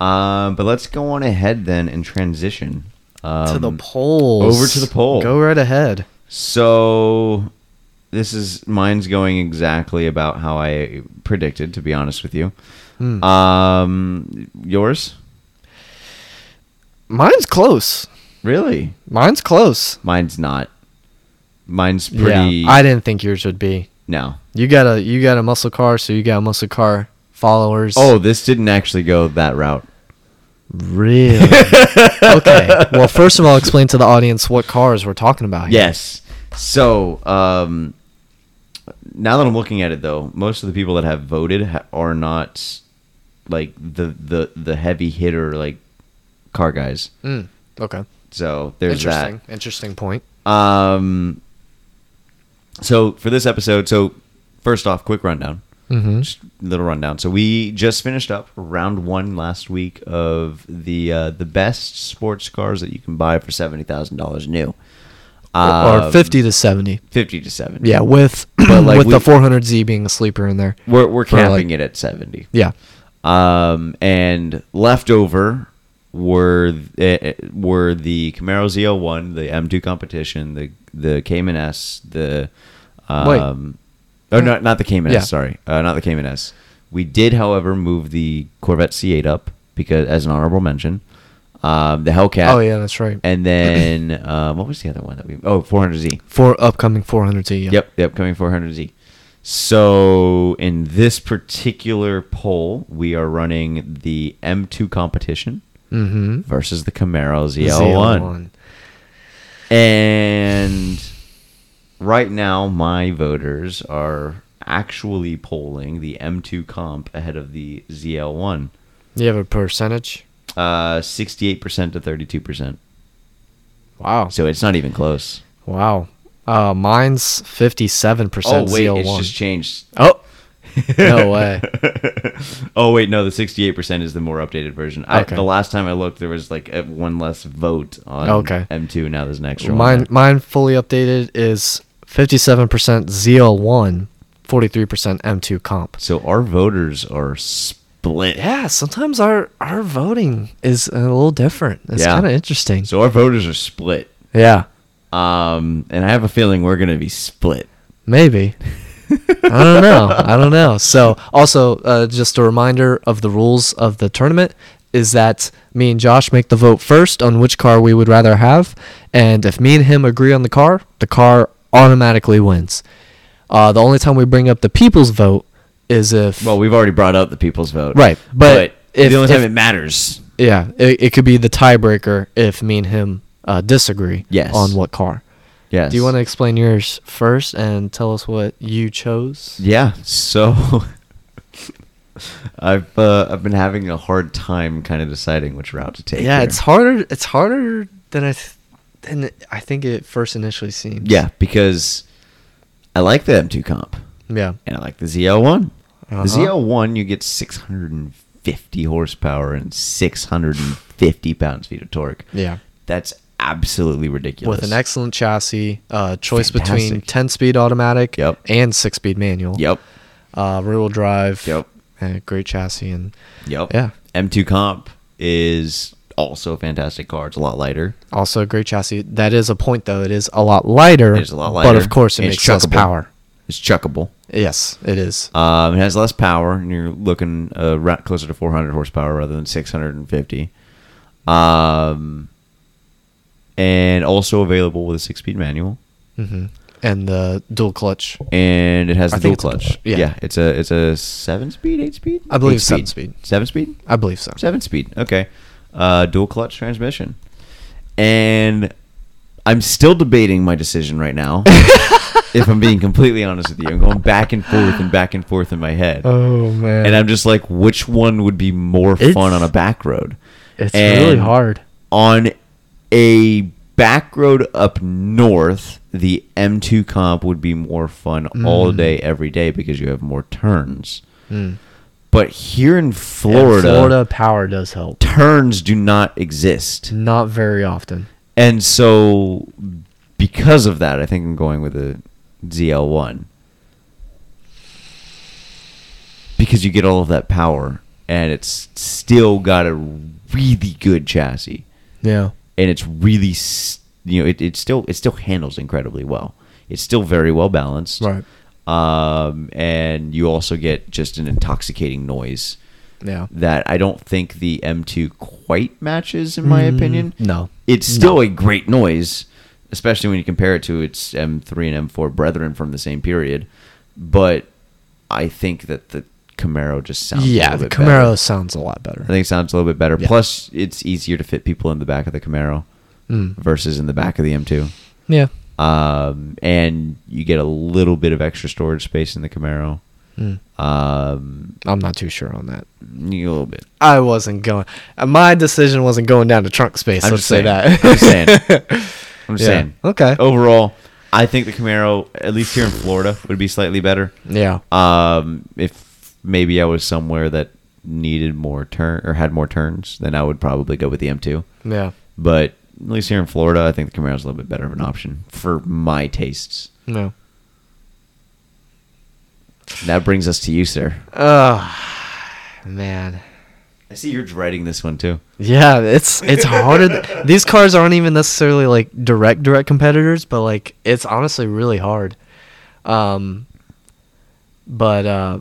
Speaker 2: Um, but let's go on ahead then and transition um,
Speaker 1: polls.
Speaker 2: over to the poll.
Speaker 1: Go right ahead.
Speaker 2: So this is mine's going exactly about how I predicted. To be honest with you,
Speaker 1: Hmm.
Speaker 2: um, yours
Speaker 1: Mine's close.
Speaker 2: really?
Speaker 1: Mine's close.
Speaker 2: Mine's not. Mine's pretty.
Speaker 1: Yeah, I didn't think yours would be.
Speaker 2: no.
Speaker 1: You got a you got a muscle car, so you got muscle car followers.
Speaker 2: Oh, this didn't actually go that route.
Speaker 1: really? okay. Well, first of all, explain to the audience what cars we're talking about. Here.
Speaker 2: Yes. So um, now that I'm looking at it, though, most of the people that have voted ha- are not like the the the heavy hitter like car guys.
Speaker 1: Mm, okay.
Speaker 2: So there's that.
Speaker 1: Interesting. Interesting point.
Speaker 2: Um, so for this episode, so first off, quick rundown,
Speaker 1: Mm-hmm.
Speaker 2: just little rundown. So we just finished up round one last week of the uh, the best sports cars that you can buy for seventy thousand dollars new,
Speaker 1: or
Speaker 2: Um,
Speaker 1: fifty to seventy.
Speaker 2: fifty to seventy.
Speaker 1: Yeah, with
Speaker 2: But, like,
Speaker 1: with
Speaker 2: we-
Speaker 1: the 400Z being a sleeper in there.
Speaker 2: we're we're
Speaker 1: For, like-
Speaker 2: capping it at seventy.
Speaker 1: Yeah.
Speaker 2: Um, and leftover were eh, were the Camaro ZL1, the M2 competition, the the Cayman S, the
Speaker 1: Wait.
Speaker 2: um, oh no, not the Cayman
Speaker 1: Yeah.
Speaker 2: S. Sorry, uh, not the Cayman S. We did, however, move the Corvette C8 up because as an honorable mention, um, the Hellcat.
Speaker 1: Oh yeah, that's right.
Speaker 2: And then um, what was the other one that we? Oh, 400Z.
Speaker 1: For upcoming 400Z. Yeah.
Speaker 2: Yep, the upcoming 400Z. So in this particular poll, we are running the M2 competition
Speaker 1: Mm-hmm.
Speaker 2: versus the Camaro ZL1. And right now, my voters are actually polling the M2 comp ahead of the ZL1.
Speaker 1: You have a percentage.
Speaker 2: Uh, 68% to 32%.
Speaker 1: Wow.
Speaker 2: So it's not even close.
Speaker 1: Wow. Uh, mine's 57
Speaker 2: Oh,
Speaker 1: percent
Speaker 2: wait,
Speaker 1: ZL1.
Speaker 2: it's just changed.
Speaker 1: oh, no way.
Speaker 2: oh wait, no, the sixty-eight percent is the more updated version. I,
Speaker 1: Okay.
Speaker 2: The last time I looked, there was like a, one less vote on
Speaker 1: Okay.
Speaker 2: M2. Now there's an extra
Speaker 1: Mine,
Speaker 2: one. there.
Speaker 1: mine fully updated is 57% ZL1, 43% M2 comp.
Speaker 2: So our voters are split.
Speaker 1: Yeah, sometimes our our voting is a little different. It's
Speaker 2: Yeah.
Speaker 1: kind of interesting.
Speaker 2: So our voters are split.
Speaker 1: Yeah,
Speaker 2: Um, and I have a feeling we're gonna be split.
Speaker 1: maybe. I don't know. I don't know. So, also, uh, just a reminder of the rules of the tournament. is that me and Josh make the vote first on which car we would rather have, and if me and him agree on the car, the car automatically wins. Uh, the only time we bring up the people's vote is if
Speaker 2: Well, we've already brought up the people's vote,
Speaker 1: Right, but if-
Speaker 2: the only time
Speaker 1: if-
Speaker 2: it matters,
Speaker 1: yeah, it, it could be the tiebreaker if me and him uh, disagree
Speaker 2: Yes.
Speaker 1: on what car.
Speaker 2: yes.
Speaker 1: Do you want to explain yours first and tell us what you chose?
Speaker 2: Yeah. So I've uh, I've been having a hard time kind of deciding which route to take.
Speaker 1: Yeah,
Speaker 2: here.
Speaker 1: it's harder. It's harder than I th- than it- I think it first initially seems.
Speaker 2: Yeah, because I like the M2 comp
Speaker 1: yeah.
Speaker 2: and I like the ZL1.
Speaker 1: Uh-huh.
Speaker 2: The ZL1 you get 650 horsepower and 650 pounds-feet of torque.
Speaker 1: Yeah.
Speaker 2: That's absolutely ridiculous.
Speaker 1: With an excellent chassis, uh, choice between
Speaker 2: Fantastic.
Speaker 1: 10 speed automatic
Speaker 2: Yep.
Speaker 1: and 6 speed manual.
Speaker 2: Yep.
Speaker 1: Uh, rear wheel drive.
Speaker 2: Yep.
Speaker 1: and great chassis. And
Speaker 2: Yep.
Speaker 1: Yeah.
Speaker 2: M2 comp is also a fantastic car. It's a lot lighter.
Speaker 1: also a great chassis. That is a point, though. It is a lot lighter.
Speaker 2: It's a lot lighter.
Speaker 1: But of course, it
Speaker 2: and it's
Speaker 1: makes less
Speaker 2: chuckable.
Speaker 1: power.
Speaker 2: It's chuckable.
Speaker 1: Yes, it is.
Speaker 2: Um, it has less power, and you're looking uh, ra- closer to 400 horsepower rather than 650. Um, and also available with a six-speed manual,
Speaker 1: hmm And the dual clutch.
Speaker 2: and it has
Speaker 1: I
Speaker 2: the
Speaker 1: think
Speaker 2: dual
Speaker 1: it's a dual-
Speaker 2: clutch.
Speaker 1: yeah.
Speaker 2: it's a it's a seven-speed, eight-speed.
Speaker 1: I believe seven-speed.
Speaker 2: Seven-speed.
Speaker 1: I believe so.
Speaker 2: Seven-speed. Okay, uh, dual clutch transmission, and I'm still debating my decision right now. if I'm being completely honest with you, I'm going back and forth and back and forth in my head.
Speaker 1: Oh man,
Speaker 2: and I'm just like, which one would be more
Speaker 1: It's-
Speaker 2: fun on a back road?
Speaker 1: it's
Speaker 2: And
Speaker 1: really hard.
Speaker 2: On a back road up north, the M2 comp would be more fun
Speaker 1: Mm.
Speaker 2: all day, every day because you have more turns. But here in Florida,
Speaker 1: Yeah, Mm. Florida power does help.
Speaker 2: turns do not exist,
Speaker 1: Not very often.
Speaker 2: and so because of that, I think I'm going with a ZL1 because you get all of that power, and it's still got a really good chassis
Speaker 1: Yeah.
Speaker 2: and it's really s- you know it, it still it still handles incredibly well it's still very well balanced
Speaker 1: Right.
Speaker 2: um and you also get just an intoxicating noise
Speaker 1: Yeah.
Speaker 2: that i don't think the m2 quite matches in
Speaker 1: Mm-hmm.
Speaker 2: my opinion
Speaker 1: Mm, no.
Speaker 2: it's still a great noise especially when you compare it to its m3 and m4 brethren from the same period but i think that the camaro just sounds a
Speaker 1: yeah,
Speaker 2: little
Speaker 1: the
Speaker 2: bit
Speaker 1: Camaro
Speaker 2: better.
Speaker 1: sounds a lot better.
Speaker 2: I think it sounds a little bit better.
Speaker 1: Yeah.
Speaker 2: Plus, it's easier to fit people in the back of the Camaro
Speaker 1: Mm.
Speaker 2: versus in the back of the M2.
Speaker 1: Yeah.
Speaker 2: Um, and you get a little bit of extra storage space in the Camaro.
Speaker 1: Mm.
Speaker 2: Um,
Speaker 1: I'm not too sure on that.
Speaker 2: you know, a little bit.
Speaker 1: I wasn't going. uh, My decision wasn't going down to trunk space.
Speaker 2: I'm
Speaker 1: let's
Speaker 2: just
Speaker 1: say
Speaker 2: saying.
Speaker 1: that.
Speaker 2: I'm just saying. I'm just
Speaker 1: Yeah.
Speaker 2: saying.
Speaker 1: Okay.
Speaker 2: Overall, I think the Camaro, at least here in Florida, would be slightly better.
Speaker 1: yeah.
Speaker 2: Um, if maybe I was somewhere that needed more turn or had more turns, then I would probably go with the M2.
Speaker 1: Yeah.
Speaker 2: But at least here in Florida, I think the Camaro's a little bit better of an option for my tastes.
Speaker 1: No.
Speaker 2: That brings us to you, sir.
Speaker 1: Oh, man.
Speaker 2: I see you're dreading this one too.
Speaker 1: Yeah, it's it's harder. th- These cars aren't even necessarily like direct direct competitors, but like it's honestly really hard. Um, but uh,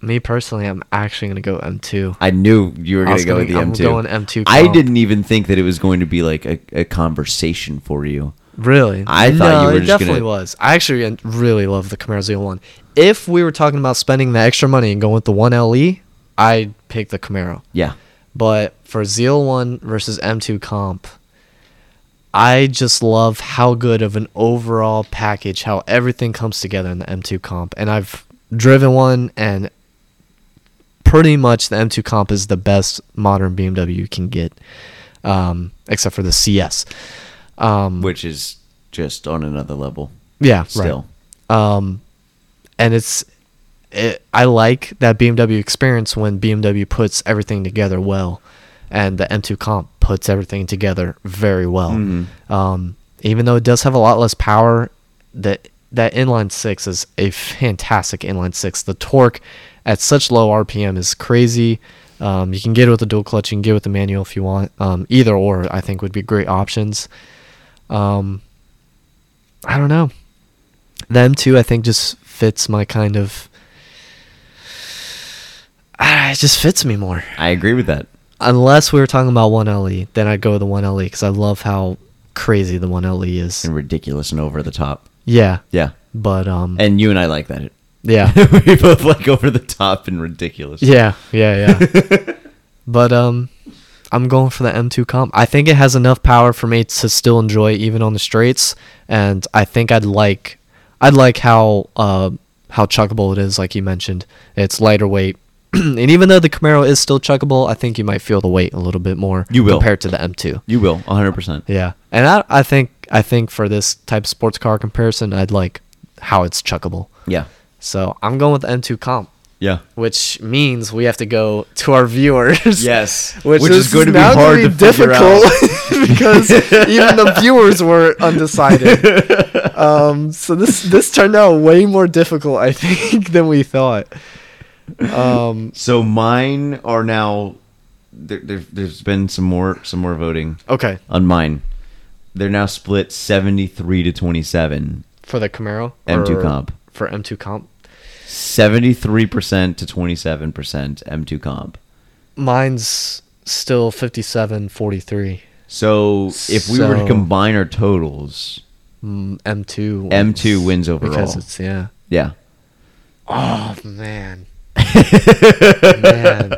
Speaker 1: me personally, I'm actually gonna go M2.
Speaker 2: I knew you were
Speaker 1: I
Speaker 2: going
Speaker 1: was
Speaker 2: to go
Speaker 1: gonna-
Speaker 2: with the
Speaker 1: I'm going
Speaker 2: M2.
Speaker 1: M2
Speaker 2: I
Speaker 1: comp.
Speaker 2: didn't even think that it was going to be like a, a conversation for you.
Speaker 1: Really?
Speaker 2: I thought you were
Speaker 1: it
Speaker 2: just
Speaker 1: definitely
Speaker 2: gonna-
Speaker 1: was. I actually en- really love the Camaro Z1. If we were talking about spending the extra money and going with the one LE, I'd pick the Camaro.
Speaker 2: Yeah.
Speaker 1: But for ZL1 versus M2 comp, I just love how good of an overall package, how everything comes together in the M2 comp. And I've driven one, and pretty much the M2 comp is the best modern BMW you can get, um, except for the CS. Um,
Speaker 2: Which is just on another level
Speaker 1: yeah, right
Speaker 2: still.
Speaker 1: um, and it's it, I like that BMW experience when BMW puts everything together well, and the M2 Comp puts everything together very well.
Speaker 2: Mhm.
Speaker 1: Um, even though it does have a lot less power, that that inline six is a fantastic inline six. The torque at such low RPM is crazy. Um, you can get it with the dual clutch, you can get it with the manual if you want. Um, either or, I think would be great options. Um, I don't know. The M2, I think, just fits my kind of. Ah, It just fits me more.
Speaker 2: I agree with that.
Speaker 1: unless we were talking about one LE, then I'd go with the one LE because I love how crazy the one LE is.
Speaker 2: and ridiculous and over the top.
Speaker 1: Yeah,
Speaker 2: Yeah,
Speaker 1: but um,
Speaker 2: and you and I like that.
Speaker 1: yeah,
Speaker 2: we both like over the top and ridiculous.
Speaker 1: yeah, yeah, yeah. but um, I'm going for the M2 comp. I think it has enough power for me to still enjoy even on the straights, and I think I'd like, I'd like how uh how chuckable it is, like you mentioned. It's lighter weight. and even though the Camaro is still chuckable, I think you might feel the weight a little bit more
Speaker 2: You will.
Speaker 1: compared to the M2.
Speaker 2: You will, 100%.
Speaker 1: Yeah, and I I think I think for this type of sports car comparison, I'd like how it's chuckable.
Speaker 2: Yeah.
Speaker 1: So I'm going with the M2 comp,
Speaker 2: Yeah.
Speaker 1: which means we have to go to our viewers.
Speaker 2: Yes.
Speaker 1: Which, is, going to be hard to
Speaker 2: figure
Speaker 1: difficult
Speaker 2: out.
Speaker 1: because even the viewers were undecided. Um, so this this turned out way more difficult, I think, than we thought. Um,
Speaker 2: So mine are now. There, there, there's been some more, some more voting
Speaker 1: okay,
Speaker 2: on mine. They're now split 73 to 27.
Speaker 1: for the Camaro
Speaker 2: M2
Speaker 1: or
Speaker 2: comp.
Speaker 1: for M2 comp,
Speaker 2: 73% to 27% M2 comp.
Speaker 1: mine's still fifty seven forty three.
Speaker 2: So if we were to
Speaker 1: So-
Speaker 2: combine our totals,
Speaker 1: Mm, M2. wins.
Speaker 2: M2 wins overall.
Speaker 1: Because it's, yeah.
Speaker 2: Yeah.
Speaker 1: Oh, man. man.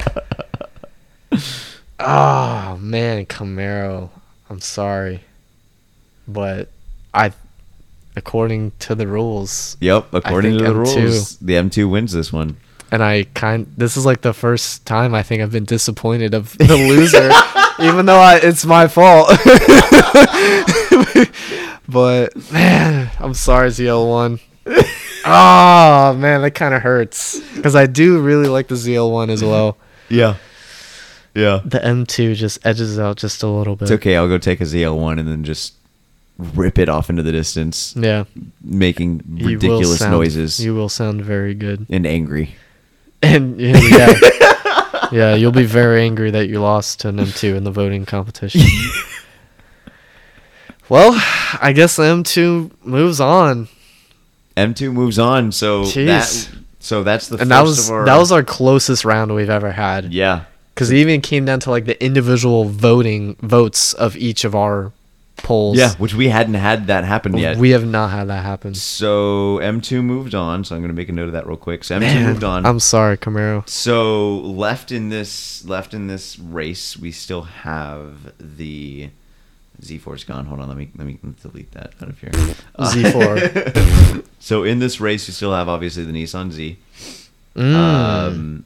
Speaker 1: Oh, man, Camaro. I'm sorry. But I, according to the rules,
Speaker 2: Yep. According
Speaker 1: think
Speaker 2: to the
Speaker 1: M2.
Speaker 2: rules, the M2 wins this one.
Speaker 1: and I kind this is like the first time I think I've been disappointed of the loser, even though I, it's my fault. but man, I'm sorry, ZL1. oh man, that kind of hurts because I do really like the ZL1 as well.
Speaker 2: Yeah. Yeah.
Speaker 1: The M2 just edges out just a little bit.
Speaker 2: It's okay. I'll go take a ZL1 and then just rip it off into the distance,
Speaker 1: Yeah,
Speaker 2: making
Speaker 1: you will
Speaker 2: ridiculous
Speaker 1: sound-
Speaker 2: noises
Speaker 1: You will sound very good,
Speaker 2: and angry.
Speaker 1: and yeah, yeah, yeah, you'll be very angry that you lost to an M2 in the voting competition. Well, I guess M2 moves on,
Speaker 2: M2 moves on. So
Speaker 1: Jeez.
Speaker 2: that so that's the
Speaker 1: and
Speaker 2: first
Speaker 1: that was
Speaker 2: of our,
Speaker 1: that was our closest round we've ever had.
Speaker 2: yeah
Speaker 1: Because it even came down to like the individual voting votes of each of our polls.
Speaker 2: yeah which we hadn't had that happen yet.
Speaker 1: we have not had that happen.
Speaker 2: so M2 moved on. So I'm gonna make a note of that real quick. So M2 moved on.
Speaker 1: I'm sorry, Camaro.
Speaker 2: So left in this left in this race, we still have the Z4's gone. Hold on, let me let me delete that out of here. Uh,
Speaker 1: Z4.
Speaker 2: so in this race, we still have obviously the Nissan Z.
Speaker 1: Mm.
Speaker 2: Um,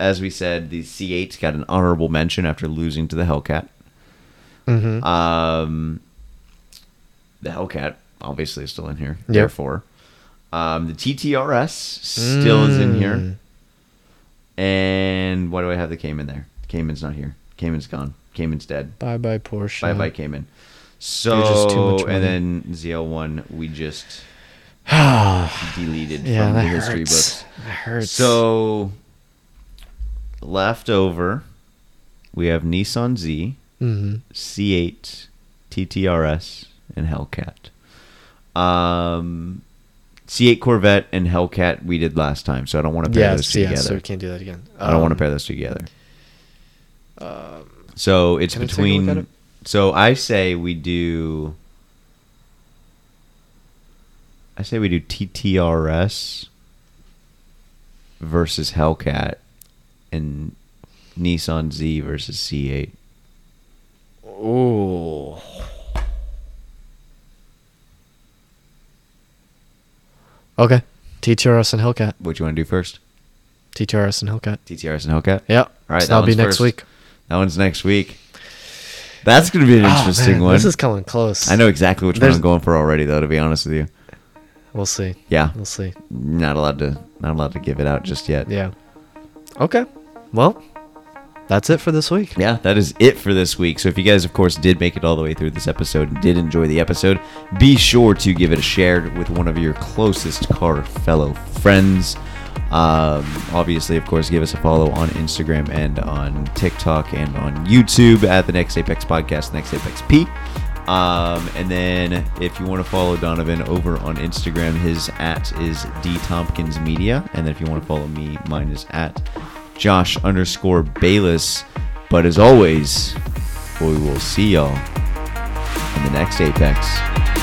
Speaker 2: as we said, the C8 got an honorable mention after losing to the Hellcat.
Speaker 1: Mhm.
Speaker 2: Um, the Hellcat obviously is still in here.
Speaker 1: Yep.
Speaker 2: Therefore, um, the TTRS still is in
Speaker 1: Hmm. Mm.
Speaker 2: here. And why do I have the Cayman there? Cayman's not here. Cayman's gone. Cayman's dead.
Speaker 1: bye bye Porsche.
Speaker 2: Bye bye Cayman. So
Speaker 1: just too much money.
Speaker 2: and then ZL1 we just deleted
Speaker 1: yeah,
Speaker 2: from the
Speaker 1: that
Speaker 2: history
Speaker 1: hurts.
Speaker 2: books.
Speaker 1: That hurts.
Speaker 2: So left over, we have Nissan Z,
Speaker 1: Mhm.
Speaker 2: C8, TTRS, and Hellcat. Um, C8 Corvette and Hellcat we did last time, so I don't want to pair
Speaker 1: yeah,
Speaker 2: those two
Speaker 1: yeah.
Speaker 2: together.
Speaker 1: So we can't do that again.
Speaker 2: I don't want to
Speaker 1: Um,
Speaker 2: pair those two together. so it's
Speaker 1: can I take a look
Speaker 2: between.
Speaker 1: at it?
Speaker 2: So I say we do. I say we do TTRS versus Hellcat and Nissan Z versus C8.
Speaker 1: Ooh. Okay. TTRS and Hellcat.
Speaker 2: What you want to do first?
Speaker 1: TTRS and Hellcat.
Speaker 2: TTRS and Hellcat.
Speaker 1: Yeah. All
Speaker 2: right, that
Speaker 1: So that'll be
Speaker 2: one's
Speaker 1: next
Speaker 2: first.
Speaker 1: week.
Speaker 2: That one's next week. That's going to be an
Speaker 1: Oh,
Speaker 2: interesting
Speaker 1: man,
Speaker 2: one.
Speaker 1: This is coming close.
Speaker 2: I know exactly which
Speaker 1: There's-
Speaker 2: one I'm going for already, though. To be honest with you,
Speaker 1: We'll see.
Speaker 2: yeah,
Speaker 1: We'll see.
Speaker 2: not allowed to not allowed to give it out just yet.
Speaker 1: Yeah. Okay. Well, that's it for this week.
Speaker 2: yeah, that is it for this week. So if you guys, of course, did make it all the way through this episode and did enjoy the episode, be sure to give it a share with one of your closest car fellow friends. Um, obviously, of course, give us a follow on Instagram and on TikTok and on YouTube at the Next Apex Podcast, Next Apex P. Um, and then if you want to follow Donovan over on Instagram, his at is D Tompkins Media. And then if you want to follow me, mine is at Josh underscore Bayless. But as always, we will see y'all in the next Apex.